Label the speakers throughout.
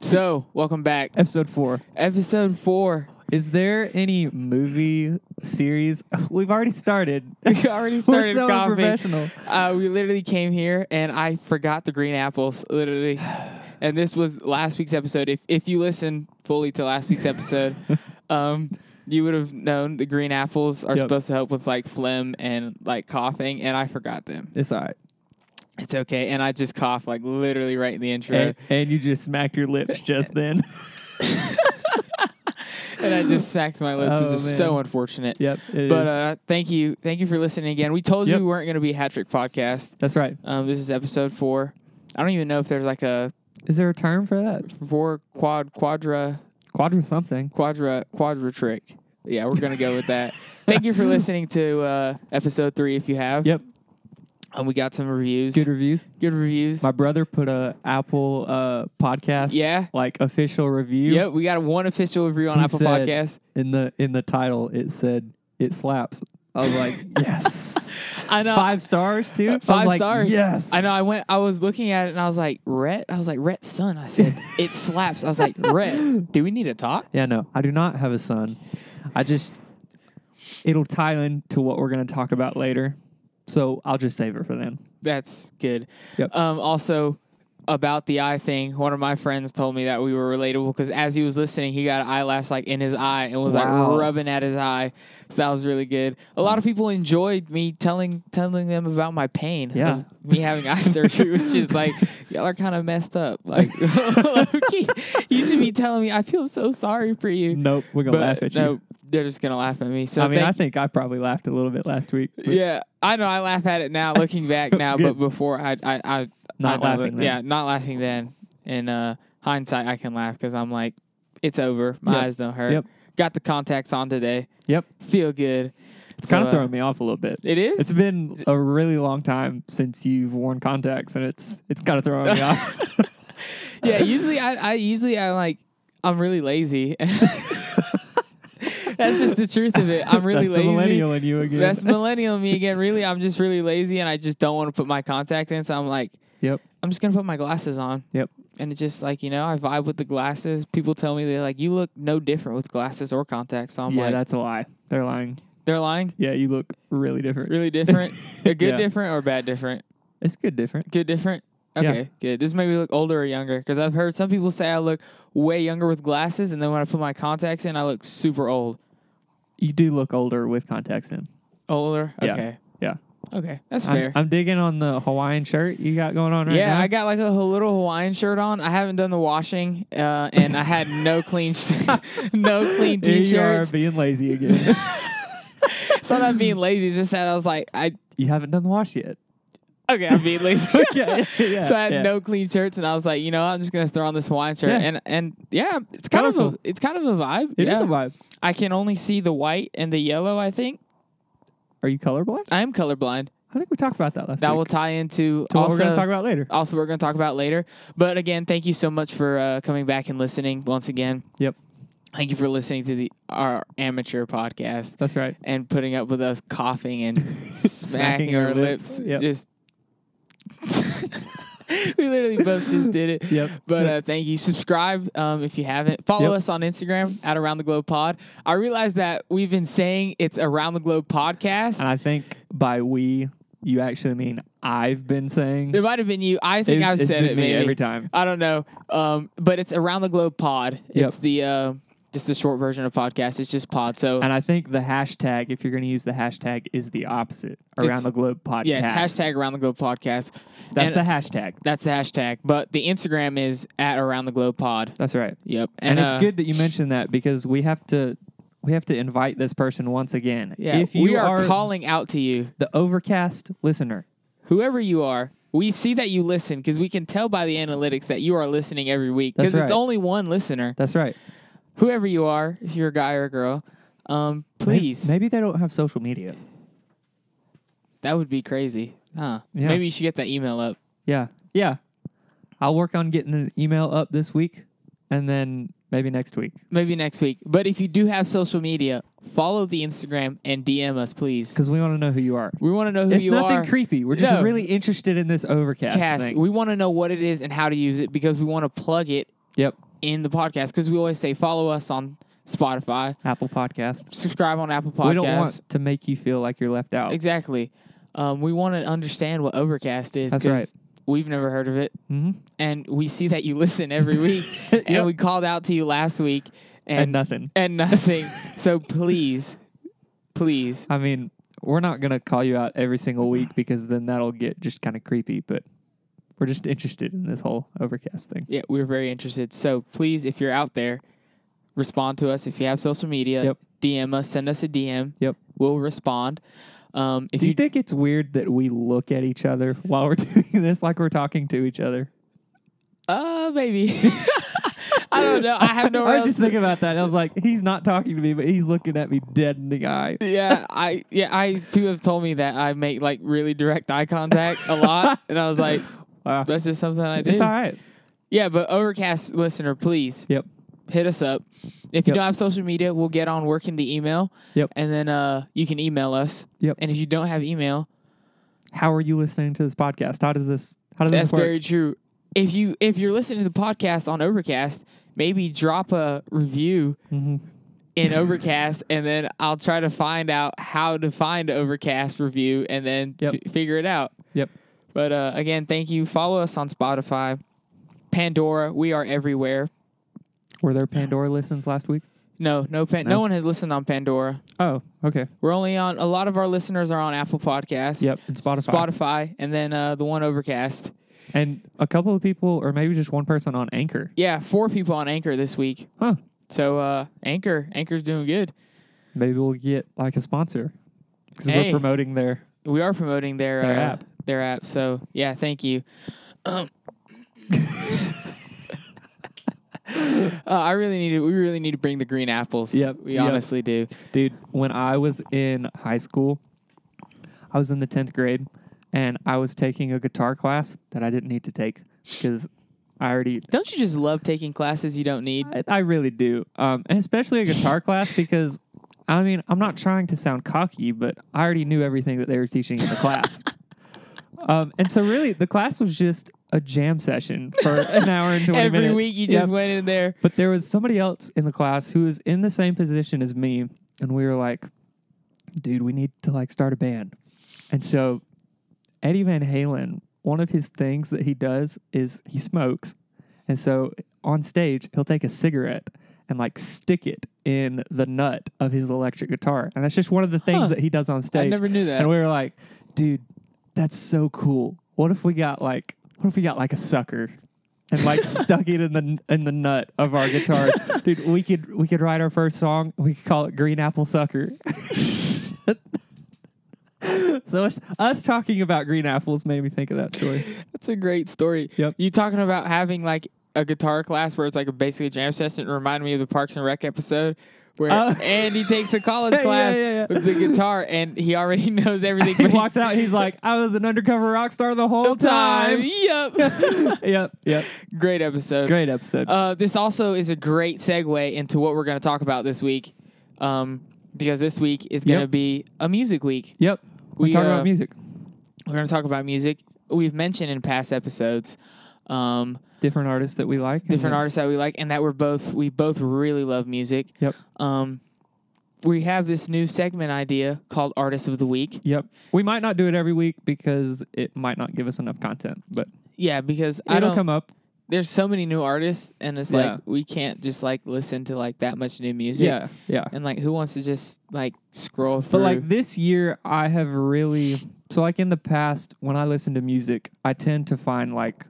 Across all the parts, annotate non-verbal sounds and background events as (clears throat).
Speaker 1: So, welcome back.
Speaker 2: Episode four.
Speaker 1: Episode four. (laughs)
Speaker 2: Is there any movie series? (laughs) We've already started.
Speaker 1: We already started
Speaker 2: (laughs) We're so
Speaker 1: coughing.
Speaker 2: unprofessional.
Speaker 1: Uh, we literally came here and I forgot the green apples, literally. (sighs) And this was last week's episode. If if you listen fully to last week's
Speaker 2: (laughs)
Speaker 1: episode, um, you would have known the green apples are
Speaker 2: Yep.
Speaker 1: supposed to help with like phlegm and like coughing, and I forgot them.
Speaker 2: It's all right.
Speaker 1: It's okay, and I just coughed like literally right in the intro,
Speaker 2: And, and you just smacked your
Speaker 1: (laughs)
Speaker 2: lips just then.
Speaker 1: and I just smacked my lips, which
Speaker 2: Oh,
Speaker 1: is so
Speaker 2: man.
Speaker 1: unfortunate.
Speaker 2: yep. (laughs) it
Speaker 1: But
Speaker 2: is.
Speaker 1: uh, thank you, thank you for listening again. We told
Speaker 2: Yep.
Speaker 1: you we weren't going to be a hat trick podcast.
Speaker 2: that's right.
Speaker 1: Um, this is episode four. I don't even know if there's like a
Speaker 2: Is there a term for that?
Speaker 1: four quad quadra
Speaker 2: Quadra something.
Speaker 1: quadra quadra trick. Yeah, we're gonna go with
Speaker 2: (laughs)
Speaker 1: that. Thank you for listening to uh, episode three. If you have,
Speaker 2: Yep.
Speaker 1: and we got some reviews,
Speaker 2: Good
Speaker 1: good,
Speaker 2: reviews.
Speaker 1: reviews.
Speaker 2: My brother put a Apple uh, podcast.
Speaker 1: Yeah.
Speaker 2: Like official review.
Speaker 1: Yep, we got one official review on
Speaker 2: He
Speaker 1: Apple
Speaker 2: said-
Speaker 1: Podcasts.
Speaker 2: In the in the title, it said it slaps. I
Speaker 1: (laughs)
Speaker 2: was like, yes.
Speaker 1: I know
Speaker 2: Five stars too. I was
Speaker 1: Uh, five
Speaker 2: like,
Speaker 1: stars.
Speaker 2: Yes.
Speaker 1: I know. I went. I was looking at it and I was like, Rhett. I was like, Rhett's son. I
Speaker 2: (laughs)
Speaker 1: said, it slaps. I was like, Rhett, do we need to talk?
Speaker 2: Yeah, no, I do not have a son. I just it'll tie into what we're gonna talk about later. So I'll just save it for then.
Speaker 1: That's good.
Speaker 2: Yep.
Speaker 1: Um, also, about the eye thing, one of my friends told me that we were relatable because as he was listening, he got an eyelash like in his eye and was
Speaker 2: Wow.
Speaker 1: like rubbing at his eye. So that was really good. A lot of people enjoyed me telling telling them about my pain. of
Speaker 2: Yeah.
Speaker 1: me having
Speaker 2: (laughs)
Speaker 1: eye surgery, which is like y'all are kind of messed up. Like, (laughs) low-key, you should be telling me I feel so sorry for you.
Speaker 2: Nope, we're gonna laugh at you.
Speaker 1: no, they're just gonna laugh at me. So
Speaker 2: I mean,
Speaker 1: thank
Speaker 2: I think I probably laughed a little bit last week. but
Speaker 1: yeah, I know. I laugh at it now, looking back now. but
Speaker 2: Good.
Speaker 1: before, I, I, I
Speaker 2: Not
Speaker 1: I know
Speaker 2: laughing
Speaker 1: that-
Speaker 2: then.
Speaker 1: Yeah, not laughing then. In uh, hindsight, I can laugh because I'm like, it's over. My
Speaker 2: Yep.
Speaker 1: eyes don't hurt.
Speaker 2: Yep.
Speaker 1: Got the contacts on today.
Speaker 2: Yep.
Speaker 1: Feel good.
Speaker 2: It's kind
Speaker 1: So,
Speaker 2: of
Speaker 1: uh,
Speaker 2: throwing me off a little bit.
Speaker 1: It is.
Speaker 2: It's been a really long time since you've worn contacts, and it's it's kind
Speaker 1: (laughs)
Speaker 2: of throwing me off.
Speaker 1: yeah. Usually, I, I usually I like, I'm really lazy. (laughs) That's just the truth of it. I'm really
Speaker 2: That's
Speaker 1: lazy.
Speaker 2: the millennial in you again.
Speaker 1: That's millennial me again. Really, I'm just really lazy, and I just don't want to put my contact in. So I'm like,
Speaker 2: Yep.
Speaker 1: I'm just gonna put my glasses on.
Speaker 2: Yep.
Speaker 1: And it's just like you know, I vibe with the glasses. People tell me they're like, you look no different with glasses or contacts. So I'm
Speaker 2: yeah,
Speaker 1: like,
Speaker 2: that's a lie. They're lying.
Speaker 1: they're lying.
Speaker 2: Yeah, you look really different.
Speaker 1: Really different. a
Speaker 2: (laughs)
Speaker 1: good
Speaker 2: Yeah.
Speaker 1: different or bad different.
Speaker 2: It's good different.
Speaker 1: Good different.
Speaker 2: Yeah.
Speaker 1: Okay, good. This made me look older or younger because I've heard some people say I look way younger with glasses, and then when I put my contacts in, I look super old.
Speaker 2: You do look older with contacts in.
Speaker 1: Older.
Speaker 2: Yeah.
Speaker 1: Okay.
Speaker 2: Yeah.
Speaker 1: Okay, that's
Speaker 2: I'm-
Speaker 1: fair.
Speaker 2: I'm, digging on the Hawaiian shirt you got going on right
Speaker 1: yeah,
Speaker 2: now.
Speaker 1: I got like a little Hawaiian shirt on. I haven't done the washing, uh, and I had no clean,
Speaker 2: (laughs)
Speaker 1: sh- (laughs) no clean
Speaker 2: Here you are
Speaker 1: t-shirts.
Speaker 2: being lazy
Speaker 1: (laughs)
Speaker 2: again.
Speaker 1: It's not that being lazy, it's just that I was like, I
Speaker 2: you haven't done the wash
Speaker 1: (laughs)
Speaker 2: yet.
Speaker 1: okay, I'm being lazy.
Speaker 2: (laughs) yeah, yeah, yeah,
Speaker 1: (laughs) so I had
Speaker 2: yeah.
Speaker 1: no clean shirts, and I was like, you know, I'm just gonna throw on this Hawaiian shirt,
Speaker 2: Yeah.
Speaker 1: and and yeah, it's kind of
Speaker 2: Colorful.
Speaker 1: a it's kind of a vibe.
Speaker 2: It is
Speaker 1: yeah.
Speaker 2: a vibe.
Speaker 1: I can only see the white and the yellow. I think
Speaker 2: Are you colorblind?
Speaker 1: I am colorblind.
Speaker 2: I think we talked about that last
Speaker 1: That
Speaker 2: week.
Speaker 1: will tie into
Speaker 2: to what
Speaker 1: also
Speaker 2: we're going to talk about later.
Speaker 1: also we're going to talk about later. But again, thank you so much for uh, coming back and listening once again.
Speaker 2: Yep.
Speaker 1: Thank you for listening to the our amateur podcast
Speaker 2: That's right.
Speaker 1: and putting up with us coughing
Speaker 2: (laughs)
Speaker 1: and smacking,
Speaker 2: Smacking
Speaker 1: our,
Speaker 2: our
Speaker 1: lips.
Speaker 2: lips. Yep.
Speaker 1: Just (laughs) we literally both just did it.
Speaker 2: Yep.
Speaker 1: But uh, thank you. Subscribe um, if you haven't. Follow
Speaker 2: Yep.
Speaker 1: us on Instagram at Around the Globe Pod. I realize that we've been saying it's Around the Globe Podcast.
Speaker 2: and I think by we, you actually mean I've been saying.
Speaker 1: it might have been you. I think
Speaker 2: It's-
Speaker 1: I've
Speaker 2: it's
Speaker 1: said
Speaker 2: been
Speaker 1: it
Speaker 2: me
Speaker 1: maybe.
Speaker 2: every time.
Speaker 1: I don't know. Um, but it's Around the Globe Pod.
Speaker 2: Yep.
Speaker 1: It's the uh, just the short version of podcast. It's just pod. So
Speaker 2: And I think the hashtag, if you're going to use the hashtag, is the opposite. Around
Speaker 1: It's-
Speaker 2: the globe podcast.
Speaker 1: yeah, it's hashtag Around the Globe Podcast.
Speaker 2: That's
Speaker 1: and-
Speaker 2: the hashtag.
Speaker 1: That's the hashtag. But the Instagram is at around the globe pod.
Speaker 2: That's right.
Speaker 1: Yep.
Speaker 2: and,
Speaker 1: uh,
Speaker 2: it's good that you mentioned that because we have to we have to invite this person once again.
Speaker 1: Yeah.
Speaker 2: if you
Speaker 1: we
Speaker 2: are,
Speaker 1: are calling out to you,
Speaker 2: the overcast listener,
Speaker 1: whoever you are, we see that you listen because we can tell by the analytics that you are listening every week because
Speaker 2: That's
Speaker 1: it's
Speaker 2: right.
Speaker 1: only one listener.
Speaker 2: that's right.
Speaker 1: Whoever you are, if you're a guy or a girl, um,
Speaker 2: May-
Speaker 1: please.
Speaker 2: maybe, they don't have social media.
Speaker 1: That would be crazy. Huh.
Speaker 2: Yeah.
Speaker 1: Maybe you should get that email up.
Speaker 2: Yeah, yeah. I'll work on getting an email up this week, and then maybe next week
Speaker 1: Maybe next week. But if you do have social media, follow the Instagram and DM us, please.
Speaker 2: because we want to know who you are.
Speaker 1: We want to know who
Speaker 2: it's
Speaker 1: you
Speaker 2: nothing
Speaker 1: are.
Speaker 2: creepy. We're just
Speaker 1: No.
Speaker 2: really interested in this overcast
Speaker 1: Cast.
Speaker 2: thing.
Speaker 1: We want to know what it is and how to use it because we want to plug it
Speaker 2: yep.
Speaker 1: in the podcast because we always say follow us on Spotify,
Speaker 2: Apple Podcast.
Speaker 1: subscribe on Apple Podcasts.
Speaker 2: We don't want to make you feel like you're left out.
Speaker 1: exactly. Um, we want to understand what Overcast is.
Speaker 2: That's right.
Speaker 1: 'cause We've never heard of it,
Speaker 2: mm-hmm. (laughs)
Speaker 1: and we see that you listen every week.
Speaker 2: Yep.
Speaker 1: And we called out to you last week, and
Speaker 2: and nothing.
Speaker 1: and nothing. so please, please,
Speaker 2: I mean, we're not gonna call you out every single week because then that'll get just kind of creepy. But we're just interested in this whole overcast thing.
Speaker 1: yeah, we're very interested. So please, if you're out there, respond to us. If you have social media,
Speaker 2: Yep.
Speaker 1: DM us, send us a DM.
Speaker 2: Yep.
Speaker 1: We'll respond. Um, if
Speaker 2: Do you,
Speaker 1: you,
Speaker 2: think it's weird that we look at each other while we're (laughs) doing this, like we're talking to each other?
Speaker 1: uh, maybe. (laughs) I don't know. I have no.
Speaker 2: I was just thinking about that. and I was like, he's not talking to me, but he's looking at me dead in the eye.
Speaker 1: (laughs) yeah, I yeah, I people have told me that I make like really direct eye contact a
Speaker 2: (laughs)
Speaker 1: lot, and I was like,
Speaker 2: Wow.
Speaker 1: that's just something I do.
Speaker 2: It's all right.
Speaker 1: Yeah, but Overcast listener, please
Speaker 2: Yep.
Speaker 1: hit us up. If you
Speaker 2: Yep.
Speaker 1: don't have social media, we'll get on working the email.
Speaker 2: Yep.
Speaker 1: And then uh, you can email us.
Speaker 2: Yep.
Speaker 1: And if you don't have email,
Speaker 2: How are you listening to this podcast? How does this? How does
Speaker 1: that's
Speaker 2: this work?
Speaker 1: very true. If you if you're listening to the podcast on Overcast, maybe drop a review
Speaker 2: Mhm.
Speaker 1: in Overcast, and then I'll try to find out how to find Overcast review, and then
Speaker 2: Yep.
Speaker 1: f- figure it out.
Speaker 2: Yep.
Speaker 1: But uh, again, thank you. Follow us on Spotify, Pandora. We are everywhere.
Speaker 2: Were there Pandora listens last week?
Speaker 1: No, no, pan- no.
Speaker 2: No.
Speaker 1: one has listened on Pandora.
Speaker 2: Oh, okay.
Speaker 1: We're only on. A lot of our listeners are on Apple Podcasts.
Speaker 2: Yep. And Spotify.
Speaker 1: Spotify, and then uh, the one Overcast.
Speaker 2: And a couple of people, or maybe just one person on Anchor.
Speaker 1: Yeah, four people on Anchor this week.
Speaker 2: Huh.
Speaker 1: So uh, Anchor, Anchor's doing good.
Speaker 2: Maybe we'll get like a sponsor because
Speaker 1: Hey.
Speaker 2: we're promoting their.
Speaker 1: We are promoting their,
Speaker 2: Their
Speaker 1: uh,
Speaker 2: app.
Speaker 1: Their app. So yeah, thank
Speaker 2: (laughs)
Speaker 1: you. Um, uh, I really need to. We really need to bring the green apples.
Speaker 2: Yep,
Speaker 1: we
Speaker 2: yep.
Speaker 1: honestly do.
Speaker 2: Dude, when I was in high school, I was in the 10th grade and I was taking a guitar class that I didn't need to take because I already,
Speaker 1: Don't you just love taking classes you don't need?
Speaker 2: I, I really do. Um, and especially
Speaker 1: (laughs)
Speaker 2: a guitar class because I mean, I'm not trying to sound cocky, but I already knew everything that they were teaching in
Speaker 1: (laughs)
Speaker 2: the class. Um, and so really the class was just a jam session for an hour and 20
Speaker 1: Every
Speaker 2: minutes.
Speaker 1: week you
Speaker 2: Yep.
Speaker 1: just went in there.
Speaker 2: But there was somebody else in the class who was in the same position as me, and we were like, dude, we need to like start a band. And so Eddie Van Halen, one of his things that he does is he smokes. And so on stage, he'll take a cigarette and like stick it in the nut of his electric guitar. And that's just one of the things
Speaker 1: Huh.
Speaker 2: that he does on
Speaker 1: I
Speaker 2: stage.
Speaker 1: never knew that.
Speaker 2: (laughs) and we were like, dude, that's so cool. What if we got like what if we got like a sucker and like
Speaker 1: (laughs)
Speaker 2: stuck it in the in the nut of our guitar? dude, we could we could write our first song. We could call it Green Apple Sucker. (laughs) so us, us talking about green apples made me think of that story.
Speaker 1: That's a great story.
Speaker 2: Yep.
Speaker 1: You talking about having like a guitar class where it's like a basically jam session reminded me of the Parks and Rec episode where
Speaker 2: Oh.
Speaker 1: Andy takes a college
Speaker 2: (laughs) Yeah,
Speaker 1: class
Speaker 2: yeah, yeah.
Speaker 1: with the guitar and he already (laughs) knows
Speaker 2: (laughs)
Speaker 1: everything.
Speaker 2: He
Speaker 1: but
Speaker 2: walks out. He's like, "I was an undercover rock star the whole
Speaker 1: time.
Speaker 2: time."
Speaker 1: Yep.
Speaker 2: yep, yep.
Speaker 1: (laughs) great episode.
Speaker 2: Great episode.
Speaker 1: Uh, this also is a great segue into what we're going to talk about this week, um, because this week is going to
Speaker 2: Yep.
Speaker 1: be a music week.
Speaker 2: yep. We,
Speaker 1: we,
Speaker 2: talk
Speaker 1: uh,
Speaker 2: about music.
Speaker 1: We're going to talk about music. We've mentioned in past episodes. Um,
Speaker 2: Different artists that we like. and
Speaker 1: different
Speaker 2: then-
Speaker 1: artists that we like and that we're both we both really love music.
Speaker 2: Yep.
Speaker 1: Um we have this new segment idea called Artist of the Week.
Speaker 2: Yep. We might not do it every week because it might not give us enough content, but
Speaker 1: Yeah, because I
Speaker 2: it'll
Speaker 1: don't
Speaker 2: come up.
Speaker 1: there's so many new artists and it's
Speaker 2: Yeah.
Speaker 1: like we can't just like listen to like that much new music.
Speaker 2: Yeah. Yeah.
Speaker 1: And like who wants to just like scroll through
Speaker 2: But like this year, I have really. So, like in the past, when I listen to music, I tend to find like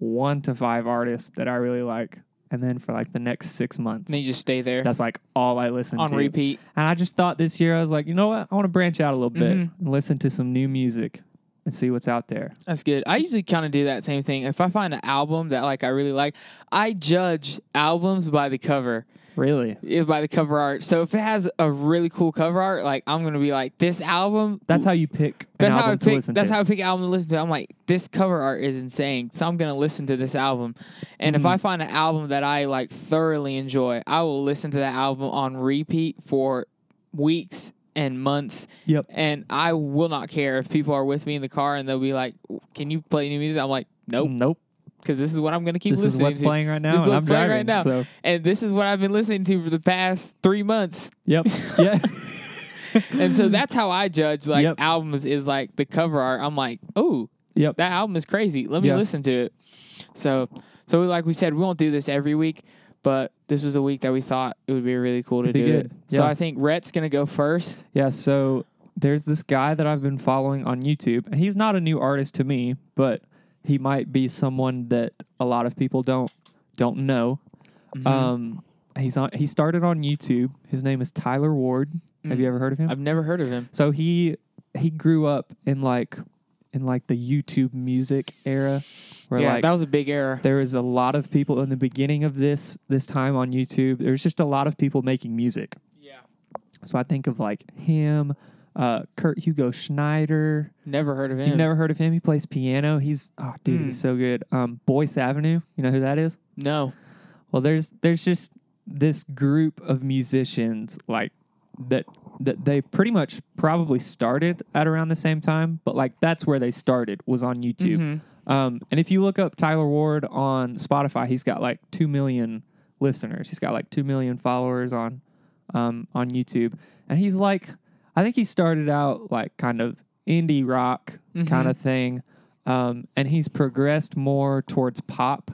Speaker 2: one to five artists that I really like. And then for like the next six months,
Speaker 1: and you just stay there
Speaker 2: that's like all I listen
Speaker 1: on
Speaker 2: to.
Speaker 1: repeat.
Speaker 2: And I just thought this year, I was like, you know what? I want to branch out a little bit
Speaker 1: Mhm.
Speaker 2: and listen to some new music and see what's out there.
Speaker 1: That's good. I usually kind of do that same thing. If I find an album that like I really like, I judge albums by the cover.
Speaker 2: Really?
Speaker 1: Yeah, by the cover art. So if it has a really cool cover art, like I'm gonna be like, this album.
Speaker 2: That's how you pick an
Speaker 1: that's
Speaker 2: album
Speaker 1: how I
Speaker 2: to
Speaker 1: pick.
Speaker 2: listen
Speaker 1: That's
Speaker 2: to.
Speaker 1: how I pick an album to listen to. I'm like, this cover art is insane, so I'm gonna listen to this album. And if I find an album that I like thoroughly enjoy, I will listen to that album on repeat for weeks and months,
Speaker 2: Yep.
Speaker 1: and I will not care if people are with me in the car and they'll be like, "Can you play new music?" I'm like, nope.
Speaker 2: Nope.
Speaker 1: because this is what I'm going to keep
Speaker 2: Mm. this
Speaker 1: listening
Speaker 2: is what's
Speaker 1: to.
Speaker 2: playing right now,
Speaker 1: This is
Speaker 2: and
Speaker 1: what's
Speaker 2: I'm
Speaker 1: playing right
Speaker 2: driving.
Speaker 1: now.
Speaker 2: So,
Speaker 1: And this is what I've been listening to for the past three months. (laughs)
Speaker 2: yep, yeah,
Speaker 1: And
Speaker 2: (laughs)
Speaker 1: so that's how I judge like
Speaker 2: Yep.
Speaker 1: albums is like the cover art. I'm like, oh,
Speaker 2: yep.
Speaker 1: that album is crazy. Let me
Speaker 2: Yeah.
Speaker 1: listen to it. So, so we, like we said, we won't do this every week, but this was a week that we thought it would be really cool to
Speaker 2: be
Speaker 1: do
Speaker 2: good.
Speaker 1: it. So
Speaker 2: Yeah.
Speaker 1: I think Rhett's gonna go first.
Speaker 2: Yeah, so there's this guy that I've been following on YouTube. and He's not a new artist to me, but he might be someone that a lot of people don't don't know.
Speaker 1: Mm-hmm.
Speaker 2: Um, he's on. He started on YouTube. His name is Tyler Ward. Have
Speaker 1: Mm.
Speaker 2: you ever heard of him?
Speaker 1: I've never heard of him.
Speaker 2: so he he grew up in like in like the YouTube music era, where
Speaker 1: yeah,
Speaker 2: like
Speaker 1: that was a big error.
Speaker 2: there was a lot of people in the beginning of this this time on YouTube. There was just a lot of people making music.
Speaker 1: Yeah,
Speaker 2: So I think of like him, uh, Kurt Hugo Schneider.
Speaker 1: never heard of him.
Speaker 2: You've never heard of him? He plays piano. He's oh dude, he's so good. Um, Boyce Avenue. You know who that is?
Speaker 1: no.
Speaker 2: Well, there's there's just this group of musicians like that that they pretty much probably started at around the same time, but like that's where they started was on YouTube.
Speaker 1: Mhm.
Speaker 2: Um, and if you look up Tyler Ward on Spotify, he's got like two million listeners. He's got like two million followers on um, on YouTube, and he's like, I think he started out like kind of indie rock
Speaker 1: Mm-hmm.
Speaker 2: kind of thing, um, and he's progressed more towards pop,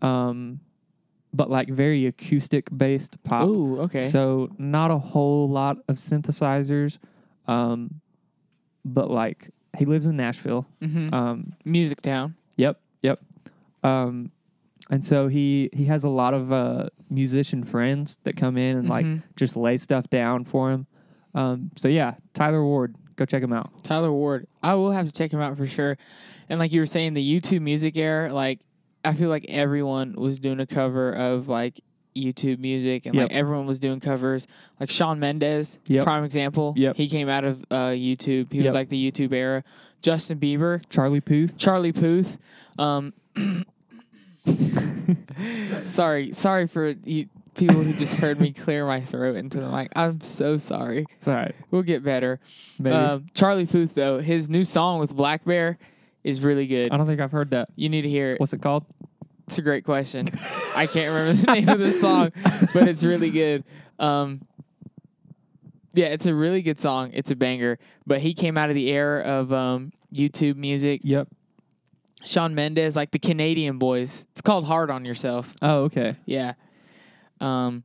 Speaker 2: um, but like very acoustic based pop.
Speaker 1: Ooh, okay.
Speaker 2: So not a whole lot of synthesizers, um, but like he lives in Nashville.
Speaker 1: hmm
Speaker 2: Um,
Speaker 1: Music Town.
Speaker 2: Yep, yep. Um, and so he he has a lot of uh, musician friends that come in and
Speaker 1: Mhm.
Speaker 2: like just lay stuff down for him. Um, so yeah, Tyler Ward, go check him out.
Speaker 1: Tyler Ward. I will have to check him out for sure. And like you were saying, the YouTube music era, like I feel like everyone was doing a cover of like YouTube music and like
Speaker 2: Yep.
Speaker 1: everyone was doing covers. Like Sean Mendez,
Speaker 2: Yep.
Speaker 1: prime example.
Speaker 2: Yep.
Speaker 1: He came out of uh, YouTube. He
Speaker 2: Yep.
Speaker 1: was like the YouTube era. Justin Bieber,
Speaker 2: Charlie Puth.
Speaker 1: Charlie Puth. Um (coughs) sorry, sorry for you people who just heard me clear my throat into the mic. I'm so sorry.
Speaker 2: It's all right,
Speaker 1: We'll get better.
Speaker 2: maybe.
Speaker 1: Um, Charlie Puth, though, his new song with Black Bear is really good.
Speaker 2: I don't think I've heard that.
Speaker 1: You need to hear it.
Speaker 2: What's it called?
Speaker 1: It's a great question. I can't remember the name of
Speaker 2: (laughs)
Speaker 1: the song, but it's really good. Um, yeah, it's a really good song. It's a banger. But he came out of the era of um, YouTube music.
Speaker 2: Yep.
Speaker 1: Sean Mendez, like the Canadian boys. It's called Hard on Yourself.
Speaker 2: Oh, okay.
Speaker 1: Yeah. Um,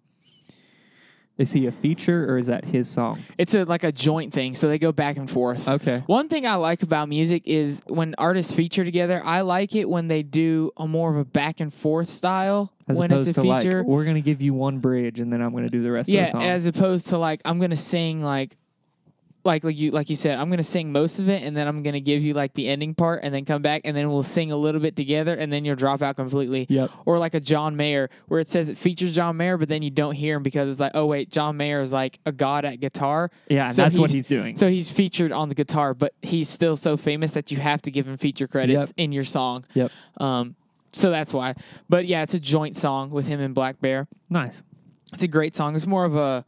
Speaker 2: Is he a feature or is that his song?
Speaker 1: it's a like a joint thing, so they go back and forth.
Speaker 2: Okay.
Speaker 1: One thing I like about music is when artists feature together, I like it when they do a more of a back and forth style
Speaker 2: As
Speaker 1: when
Speaker 2: opposed
Speaker 1: it's a
Speaker 2: to like,
Speaker 1: feature.
Speaker 2: we're gonna give you one bridge and then I'm gonna do the rest
Speaker 1: yeah,
Speaker 2: of the song.
Speaker 1: as opposed to like I'm gonna sing like like like you like you said, I'm gonna sing most of it and then I'm gonna give you like the ending part and then come back and then we'll sing a little bit together and then you'll drop out completely.
Speaker 2: yep.
Speaker 1: Or like a John Mayer where it says it features John Mayer, but then you don't hear him because it's like, oh wait, John Mayer is like a god at guitar.
Speaker 2: Yeah, and
Speaker 1: So
Speaker 2: that's what
Speaker 1: he's-
Speaker 2: he's doing.
Speaker 1: So he's featured on the guitar, but he's still so famous that you have to give him feature credits in your song.
Speaker 2: Yep.
Speaker 1: Um, so that's why. But yeah, it's a joint song with him and Black Bear.
Speaker 2: nice.
Speaker 1: It's a great song. It's more of a,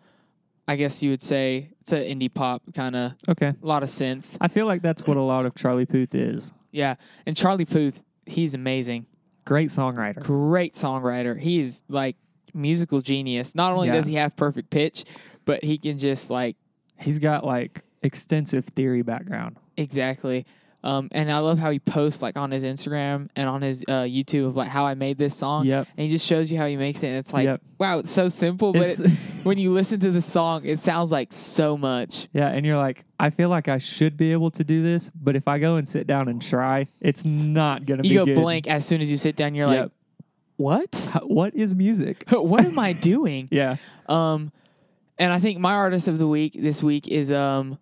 Speaker 1: I guess you would say, it's an indie pop kind of,
Speaker 2: Okay.
Speaker 1: a lot of synth.
Speaker 2: I feel like that's what a lot of Charlie Puth is.
Speaker 1: Yeah. And Charlie Puth, he's amazing.
Speaker 2: Great songwriter.
Speaker 1: Great songwriter. He's like musical genius. Not only
Speaker 2: Yeah.
Speaker 1: does he have perfect pitch, but he can just like
Speaker 2: He's got like extensive theory background.
Speaker 1: Exactly. Um, and I love how he posts like on his Instagram and on his uh, YouTube of like how I made this song.
Speaker 2: Yep.
Speaker 1: And he just shows you how he makes it. And it's Uh, like,
Speaker 2: Yep.
Speaker 1: wow, it's so simple. But
Speaker 2: It's-
Speaker 1: it, when you listen to the song, it sounds like so much.
Speaker 2: (laughs) yeah, and you're like, I feel like I should be able to do this, but if I go and sit down and try, it's not gonna
Speaker 1: You
Speaker 2: be
Speaker 1: go
Speaker 2: good.
Speaker 1: blank as soon as you sit down. You're
Speaker 2: Yep.
Speaker 1: like, what? (laughs)
Speaker 2: H- what is music?
Speaker 1: what am I doing?
Speaker 2: yeah,
Speaker 1: Um, and I think my artist of the week this week is um,